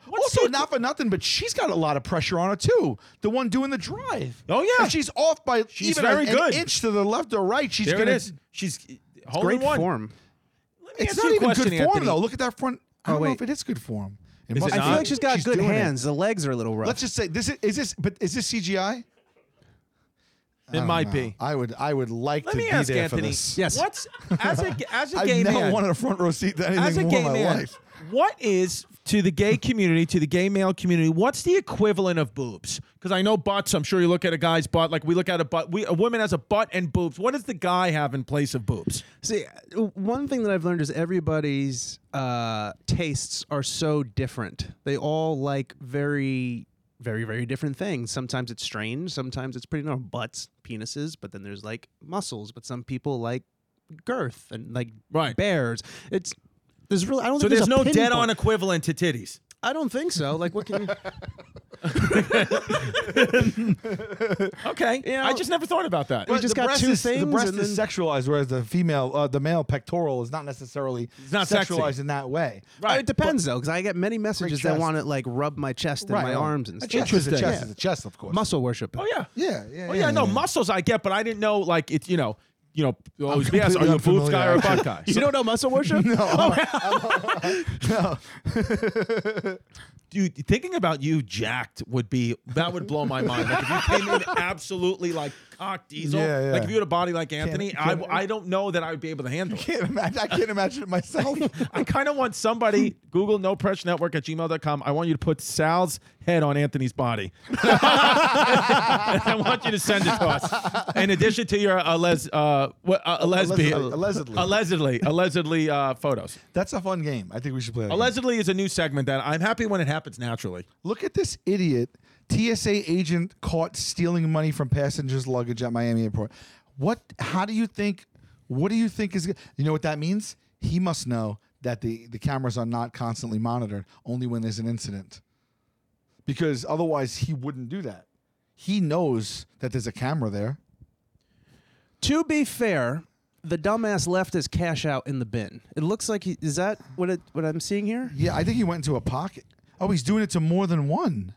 Speaker 4: also, not for nothing, but she's got a lot of pressure on her too. The one doing the drive.
Speaker 3: Oh, yeah.
Speaker 4: If she's off by
Speaker 3: She's
Speaker 4: even
Speaker 3: very
Speaker 4: an
Speaker 3: good.
Speaker 4: inch to the left or right, she's
Speaker 3: There it
Speaker 4: gonna.
Speaker 3: is. She's hole
Speaker 2: Great
Speaker 3: in one.
Speaker 2: form.
Speaker 3: Let me
Speaker 4: It's
Speaker 3: ask
Speaker 4: not
Speaker 3: you a
Speaker 4: even
Speaker 3: question,
Speaker 4: good form
Speaker 3: Anthony.
Speaker 4: though. Look at that front. I
Speaker 2: Oh,
Speaker 4: don't know
Speaker 2: wait.
Speaker 4: if it is good form. It
Speaker 3: Is it
Speaker 4: must-
Speaker 2: I
Speaker 3: not?
Speaker 2: feel like she's got good
Speaker 4: doing it.
Speaker 2: hands. The legs are a little rough.
Speaker 4: Let's just say this is, is this but is this CGI? I
Speaker 3: It
Speaker 4: don't
Speaker 3: might
Speaker 4: know.
Speaker 3: be.
Speaker 4: I would I would like
Speaker 3: Let
Speaker 4: Oh, to
Speaker 3: me
Speaker 4: be
Speaker 3: ask
Speaker 4: there for
Speaker 3: Anthony.
Speaker 4: this.
Speaker 2: Yes.
Speaker 3: What's as a as a
Speaker 4: I've
Speaker 3: gay
Speaker 4: never
Speaker 3: man?
Speaker 4: wanted a front row seat to anything
Speaker 3: as a
Speaker 4: more
Speaker 3: gay
Speaker 4: in my
Speaker 3: man,
Speaker 4: life.
Speaker 3: what is to the gay community, to the gay male community, what's the equivalent of boobs? Because I know butts. I'm sure you look at a guy's butt like we look at a butt. We a woman has a butt and boobs. What does the guy have in place of boobs?
Speaker 2: See, uh, one thing that I've learned is everybody's uh, tastes are so different. They all like very, very, very different things. Sometimes it's strange. Sometimes it's pretty normal. Butts, penises, but then there's like muscles. But some people like girth and like
Speaker 3: Right.
Speaker 2: bears. It's there's really I don't
Speaker 3: So
Speaker 2: think
Speaker 3: there's no
Speaker 2: a
Speaker 3: dead on
Speaker 2: pinpoint.
Speaker 3: equivalent to titties.
Speaker 2: I don't think so. Like what can you?
Speaker 3: Okay,
Speaker 2: Yeah.
Speaker 3: I just never thought about that.
Speaker 2: we just got two things.
Speaker 4: The breast
Speaker 2: and
Speaker 4: is
Speaker 2: then-
Speaker 4: sexualized, whereas the female, uh, the male pectoral is not necessarily
Speaker 3: It's not sexy.
Speaker 4: sexualized in that way.
Speaker 2: Oh, it depends though, because I get many messages that
Speaker 4: chest. Oh,
Speaker 2: want to like rub my chest and my arms and
Speaker 4: a
Speaker 2: stuff.
Speaker 4: chest is a
Speaker 3: Interesting.
Speaker 4: chest is a chest, of course.
Speaker 2: Muscle worship.
Speaker 3: Oh yeah.
Speaker 4: Yeah, yeah.
Speaker 3: Oh yeah, no muscles I get, but I didn't know like it's you know you know always be asked, are
Speaker 4: completely
Speaker 3: you a boobs
Speaker 4: unfamiliar,
Speaker 3: guy or a butt guy?
Speaker 2: You don't know muscle worship? no.
Speaker 3: Oh, dude, thinking about you jacked would be that would blow my mind. Like if you came in absolutely like cock diesel,
Speaker 4: Yeah, yeah.
Speaker 3: like if you had a body like Anthony, I
Speaker 4: can't-
Speaker 3: I don't know that I would be able to handle. it.
Speaker 4: can't imagine. I can't imagine it myself.
Speaker 3: I kind of want somebody Google no pressure network at gmail.com. I want you to put Sal's head on Anthony's body. I want you to send it to us. In addition to your uh, les, uh, what, uh, a lesbian,
Speaker 4: Allegedly.
Speaker 3: allegedly, allegedly uh, photos.
Speaker 4: That's a fun game. I think we should play. That game.
Speaker 3: Allegedly is a new segment that I'm happy when it happens naturally.
Speaker 4: Look at this idiot TSA agent caught stealing money from passengers' luggage at Miami airport. What? How do you think? What do you think is? You know what that means? He must know that the the cameras are not constantly monitored. Only when there's an incident, because otherwise he wouldn't do that. He knows that there's a camera there.
Speaker 2: To be fair, the dumbass left his cash out in the bin. It looks like he is that what it, what I'm seeing here?
Speaker 4: Yeah, I think he went into a pocket. Oh, he's doing it to more than one.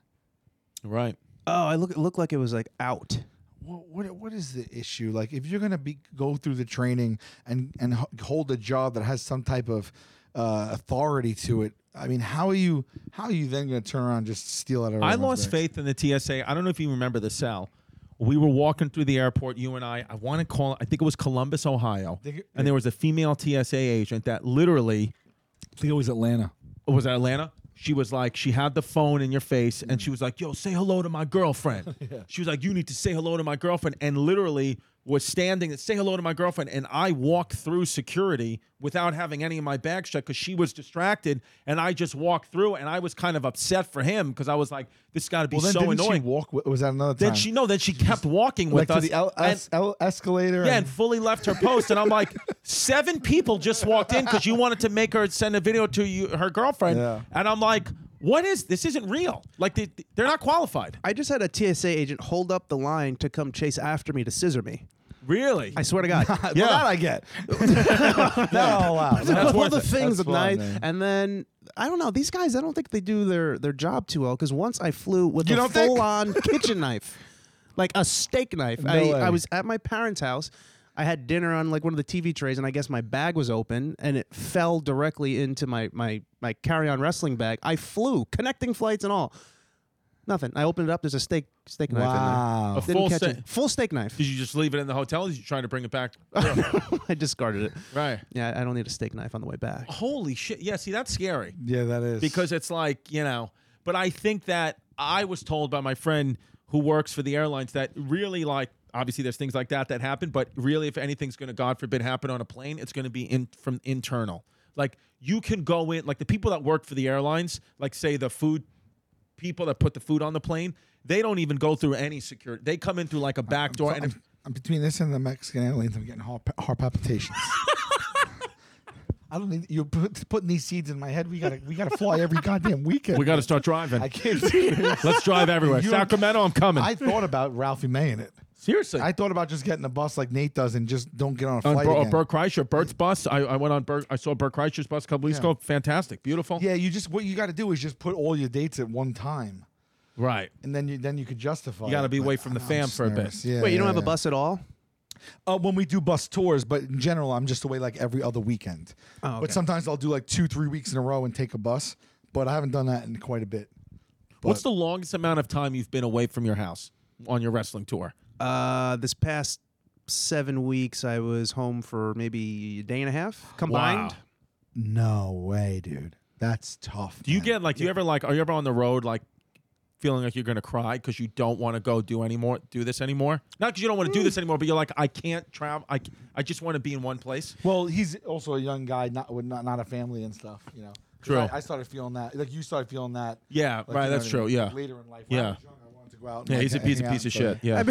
Speaker 3: Right.
Speaker 2: Oh, I look it looked like it was like out.
Speaker 4: what what what is the issue? Like if you're gonna be go through the training and and h- hold a job that has some type of uh, authority to it, I mean, how are you how are you then gonna turn around and just steal out of?
Speaker 3: I lost faith in the TSA. I don't know if you remember the cell. We were walking through the airport, you and I. I want to call. I think it was Columbus, Ohio,
Speaker 4: Think-
Speaker 3: and there was a female TSA agent that literally
Speaker 4: I think it was Atlanta.
Speaker 3: was it Atlanta. She was like, she had the phone in your face, and she was like, "Yo, say hello to my girlfriend." She was like, "You need to say hello to my girlfriend," and literally was standing and say hello to my girlfriend. And I walked through security without having any of my bags checked because she was distracted, and I just walked through, and I was kind of upset for him because I was like, "This got to be
Speaker 4: Well, then
Speaker 3: so
Speaker 4: didn't
Speaker 3: annoying."
Speaker 4: she walk? wi- Was that another time?
Speaker 3: Then she no. Then she kept walking with
Speaker 4: like to
Speaker 3: us.
Speaker 4: the L-
Speaker 3: and-
Speaker 4: S- L- escalator.
Speaker 3: yeah,
Speaker 4: and-
Speaker 3: and fully left her post, and I'm like, seven people just walked in because you wanted to make her send a video to you, her girlfriend,
Speaker 4: Yeah.
Speaker 3: and I'm like, What is this? Isn't real. Like they, they're not qualified.
Speaker 2: I just had a TSA agent hold up the line to come chase after me to scissor me.
Speaker 3: Really?
Speaker 2: I swear to God.
Speaker 4: Well, that I get. no, Oh, wow.
Speaker 2: all
Speaker 3: worth
Speaker 2: the
Speaker 3: it.
Speaker 2: things
Speaker 4: That's
Speaker 2: at
Speaker 4: fun,
Speaker 2: night,
Speaker 4: man.
Speaker 2: and then I don't know. These guys, I don't think they do their their job too well. Because once I flew with
Speaker 4: You
Speaker 2: a
Speaker 4: don't think?
Speaker 2: full on kitchen knife, like a steak knife.
Speaker 4: No
Speaker 2: I,
Speaker 4: way.
Speaker 2: I was at my parents' house. I had dinner on like one of the TV trays, and I guess my bag was open, and it fell directly into my my my carry on wrestling bag. I flew connecting flights and all. Nothing. I opened it up. There's a steak steak knife
Speaker 4: Wow.
Speaker 2: in there.
Speaker 4: A
Speaker 2: Didn't
Speaker 3: full
Speaker 2: catch
Speaker 3: steak-
Speaker 2: it. full steak knife.
Speaker 3: Did you just leave it in the hotel? Or did you try to bring it back?
Speaker 2: I discarded it.
Speaker 3: right.
Speaker 2: Yeah, I don't need a steak knife on the way back.
Speaker 4: Oh,
Speaker 3: Holy shit. Yeah. See, that's scary.
Speaker 4: Yeah, that is.
Speaker 3: because it's like you know but i think that i was told by my friend who works for the airlines that really like obviously there's things like that that happen but really if anything's going to god forbid happen on a plane it's going to be in from internal like you can go in like the people that work for the airlines like say the food people that put the food on the plane they don't even go through any security they come in through like a back door and if,
Speaker 4: I'm, I'm between this and the Mexican airlines. I'm getting heart, heart palpitations. I don't need you're put, putting these seeds in my head. We gotta we gotta fly every goddamn weekend.
Speaker 3: we got to start driving
Speaker 4: I can't. serious.
Speaker 3: let's drive everywhere
Speaker 4: You don't-
Speaker 3: sacramento i'm coming
Speaker 4: I thought about Ralphie May in it.
Speaker 3: seriously
Speaker 4: I thought about just getting a bus like Nate does and just don't get on a
Speaker 3: on
Speaker 4: flight.
Speaker 3: Bur-
Speaker 4: again.
Speaker 3: Burt Kreischer, Burt's bus. I, I went on Burt. I saw Burt Kreischer's bus a couple weeks
Speaker 4: Yeah.
Speaker 3: ago. Fantastic, beautiful.
Speaker 4: yeah, you just what you got to do is just put all your dates at one time,
Speaker 3: Right.
Speaker 4: and then you then you could justify.
Speaker 3: You gotta
Speaker 4: it,
Speaker 3: be
Speaker 4: but
Speaker 3: away from
Speaker 4: I
Speaker 3: the
Speaker 4: don't
Speaker 3: fam
Speaker 4: I'm just
Speaker 3: for a bit.
Speaker 4: nervous. Yeah,
Speaker 2: Wait, you don't
Speaker 4: yeah,
Speaker 2: have a
Speaker 4: yeah.
Speaker 2: bus at all?
Speaker 4: Uh, when we do bus tours, but in general, I'm just away like every other weekend.
Speaker 2: Oh,
Speaker 4: But
Speaker 2: okay.
Speaker 4: sometimes I'll do like two, three weeks in a row and take a bus. But I haven't done that in quite a bit.
Speaker 3: What's the longest amount of time you've been away from your house on your wrestling tour?
Speaker 2: Uh, this past seven weeks, I was home for maybe a day and a half combined.
Speaker 3: Wow.
Speaker 4: No way, dude. That's tough.
Speaker 3: Do you
Speaker 4: man.
Speaker 3: get like? Do you ever like? Are you ever on the road like? Feeling like you're gonna cry because you don't want to go do anymore, do this anymore. Not because you don't want
Speaker 4: Mm.
Speaker 3: to do this anymore, but you're like, I can't travel. I, c- I just want to be in one place.
Speaker 4: Well, he's also a young guy, not with not, not a family and stuff. You know. 'Cause
Speaker 3: True.
Speaker 4: I, I started feeling that. Like you started feeling that.
Speaker 3: Yeah,
Speaker 4: like, you
Speaker 3: right.
Speaker 4: know
Speaker 3: That's
Speaker 4: what I
Speaker 3: true.
Speaker 4: mean?
Speaker 3: Yeah,
Speaker 4: Later in life. when I was
Speaker 3: Yeah.
Speaker 4: young, I wanted to go out.
Speaker 3: yeah. He's a
Speaker 4: piece
Speaker 3: he's a piece of shit. Yeah.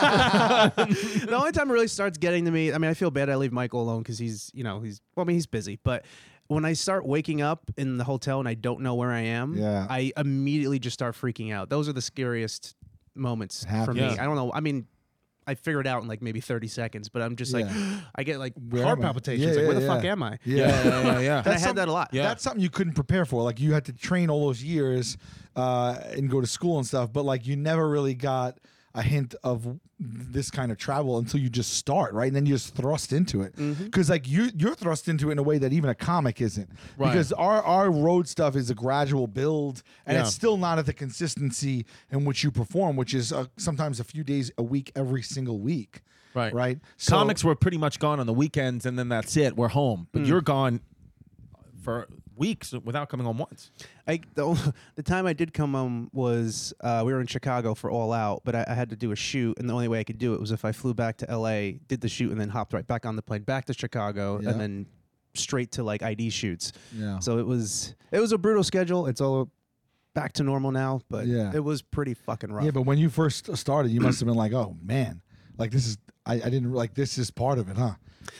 Speaker 2: the only time it really starts getting to me, I mean, I feel bad I leave Michael alone because he's, you know, he's, well, I mean, he's busy, but when I start waking up in the hotel and I don't know where I am,
Speaker 4: Yeah.
Speaker 2: I immediately just start freaking out. Those are the scariest moments for
Speaker 4: happens.
Speaker 2: me.
Speaker 3: Yeah.
Speaker 2: I don't know. I mean, I figure it out in like maybe 30 seconds, but I'm just
Speaker 4: Yeah.
Speaker 2: like, I get like
Speaker 4: Where
Speaker 2: heart
Speaker 4: am I?
Speaker 2: palpitations.
Speaker 4: Yeah,
Speaker 2: like, where
Speaker 4: yeah,
Speaker 2: the fuck
Speaker 4: yeah.
Speaker 2: am I?
Speaker 4: Yeah.
Speaker 3: yeah, yeah, yeah, yeah.
Speaker 2: And I had
Speaker 4: some-
Speaker 2: that a lot.
Speaker 3: Yeah.
Speaker 4: That's something you couldn't prepare for. Like you had to train all those years uh, and go to school and stuff, but like you never really got a hint of this kind of travel until you just start, right? And then you just thrust into it.
Speaker 3: Mm-hmm.
Speaker 4: Cuz like you you're thrust into it in a way that even a comic isn't.
Speaker 3: Right.
Speaker 4: Because our our road stuff is a gradual build and
Speaker 3: Yeah.
Speaker 4: it's still not at the consistency in which you perform, which is uh, sometimes a few days a week every single week.
Speaker 3: Right.
Speaker 4: Right?
Speaker 3: comics were pretty much gone on the weekends and then that's it we're home
Speaker 4: Hmm.
Speaker 3: but you're gone for weeks without coming home once
Speaker 2: I the, only- the time I did come home was uh, we were in Chicago for All Out, but I, I had to do a shoot, and the only way I could do it was if I flew back to L.A., did the shoot, and then hopped right back on the plane back to Chicago,
Speaker 4: Yeah.
Speaker 2: and then straight to like ID shoots.
Speaker 4: Yeah.
Speaker 2: So it was it was a brutal schedule. It's all back to normal now, but
Speaker 4: Yeah.
Speaker 2: it was pretty fucking rough.
Speaker 4: Yeah, but when you first started, you must have been like, "Oh man, like this is I, I didn't like this is part of it, huh?"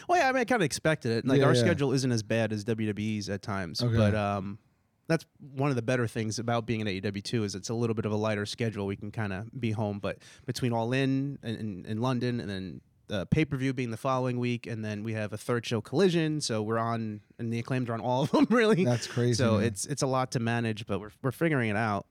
Speaker 2: well, yeah, I mean, I kind of expected it. Like
Speaker 4: Yeah,
Speaker 2: our
Speaker 4: yeah.
Speaker 2: schedule isn't as bad as WWE's at times,
Speaker 4: Okay.
Speaker 2: but um. That's one of the better things about being an AEW too is it's a little bit of a lighter schedule. We can kind of be home, but between All In and, and, and London, and then the pay per view being the following week, and then we have a third show Collision, so we're on and the acclaimed are on all of them really.
Speaker 4: That's crazy,
Speaker 2: So
Speaker 4: man.
Speaker 2: it's it's a lot to manage, but we're we're figuring it out.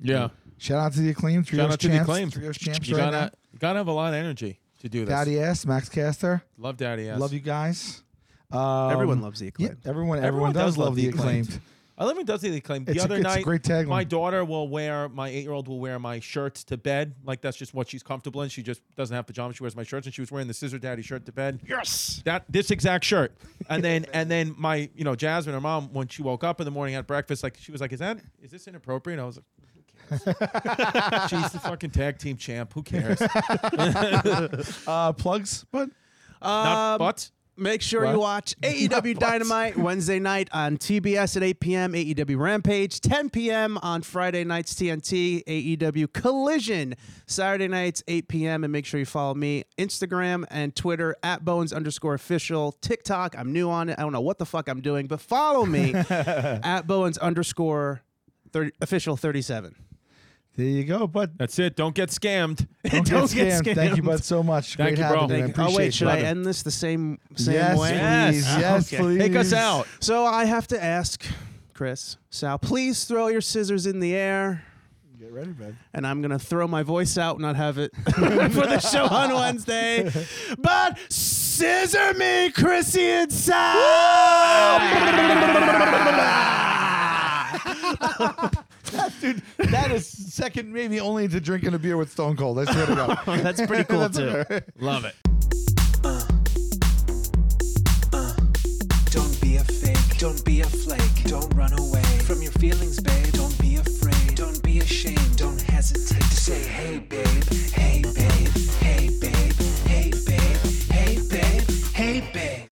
Speaker 3: yeah
Speaker 4: Shout out to the acclaim, trios
Speaker 3: shout out to the
Speaker 4: champs,
Speaker 3: acclaim
Speaker 4: trios champs,
Speaker 3: you
Speaker 4: right
Speaker 3: gotta you gotta have a lot of energy to do
Speaker 4: now.
Speaker 3: this
Speaker 4: Daddy S, Max Caster,
Speaker 3: love daddy ass
Speaker 4: love you guys. Um,
Speaker 2: Everyone loves the
Speaker 4: yeah,
Speaker 2: acclaimed.
Speaker 4: everyone, everyone,
Speaker 3: Everyone
Speaker 4: does, love the acclaimed.
Speaker 3: i love when does the acclaim the
Speaker 4: It's a-
Speaker 3: other
Speaker 4: it's a
Speaker 3: night
Speaker 4: great tagline.
Speaker 3: my daughter will wear my eight-year-old will wear my shirts to bed like that's just what she's comfortable in she just doesn't have pajamas she wears my shirts and she was wearing the scissor daddy shirt to bed
Speaker 2: Yes.
Speaker 3: that this exact shirt. And then and then my you know Jasmine, her mom, when she woke up in the morning at breakfast, like she was like, "Is that is this inappropriate?" And I was like. Who cares? She's the fucking tag team champ. Who
Speaker 4: Um,
Speaker 3: cares?
Speaker 4: Uh, plugs, but
Speaker 3: Not
Speaker 2: Um,
Speaker 3: but
Speaker 2: Make sure
Speaker 4: What?
Speaker 2: you watch AEW Dynamite Wednesday night on TBS at 8 p.m., AEW E Rampage, 10 p.m. on Friday nights TNT, AEW E Collision, Saturday nights 8 p.m. And make sure you follow me Instagram and Twitter at Bones underscore official, TikTok. I'm new on it. I don't know what the fuck I'm doing, but follow me at Bones underscore 30, official 37.
Speaker 4: There you go, bud.
Speaker 3: That's it. Don't get scammed.
Speaker 4: Don't,
Speaker 2: Don't
Speaker 4: get,
Speaker 2: get
Speaker 4: scammed. Thank you,
Speaker 2: scammed.
Speaker 4: bud, so much.
Speaker 3: Thank
Speaker 4: Great
Speaker 3: you, bro.
Speaker 4: having you. I
Speaker 2: Thank you. Oh,
Speaker 4: appreciate
Speaker 2: wait,
Speaker 4: you,
Speaker 2: should I
Speaker 4: brother.
Speaker 2: end this the same, same
Speaker 4: yes,
Speaker 2: way?
Speaker 4: Please.
Speaker 3: Yes.
Speaker 4: Yes,
Speaker 2: Okay.
Speaker 4: please.
Speaker 3: Take us out.
Speaker 2: So I have to ask, Chris, Sal, please throw your scissors in the air.
Speaker 4: Get ready, man.
Speaker 2: And I'm going to throw my voice out and not have it for the show on Wednesday. But scissor me, Chrissy and Sal!
Speaker 4: Dude, that is second maybe only to drinking a beer with Stone Cold. I swear to God.
Speaker 2: That's pretty cool,
Speaker 4: That's
Speaker 2: too.
Speaker 3: Love it.
Speaker 1: Don't be a fake, don't be a flake,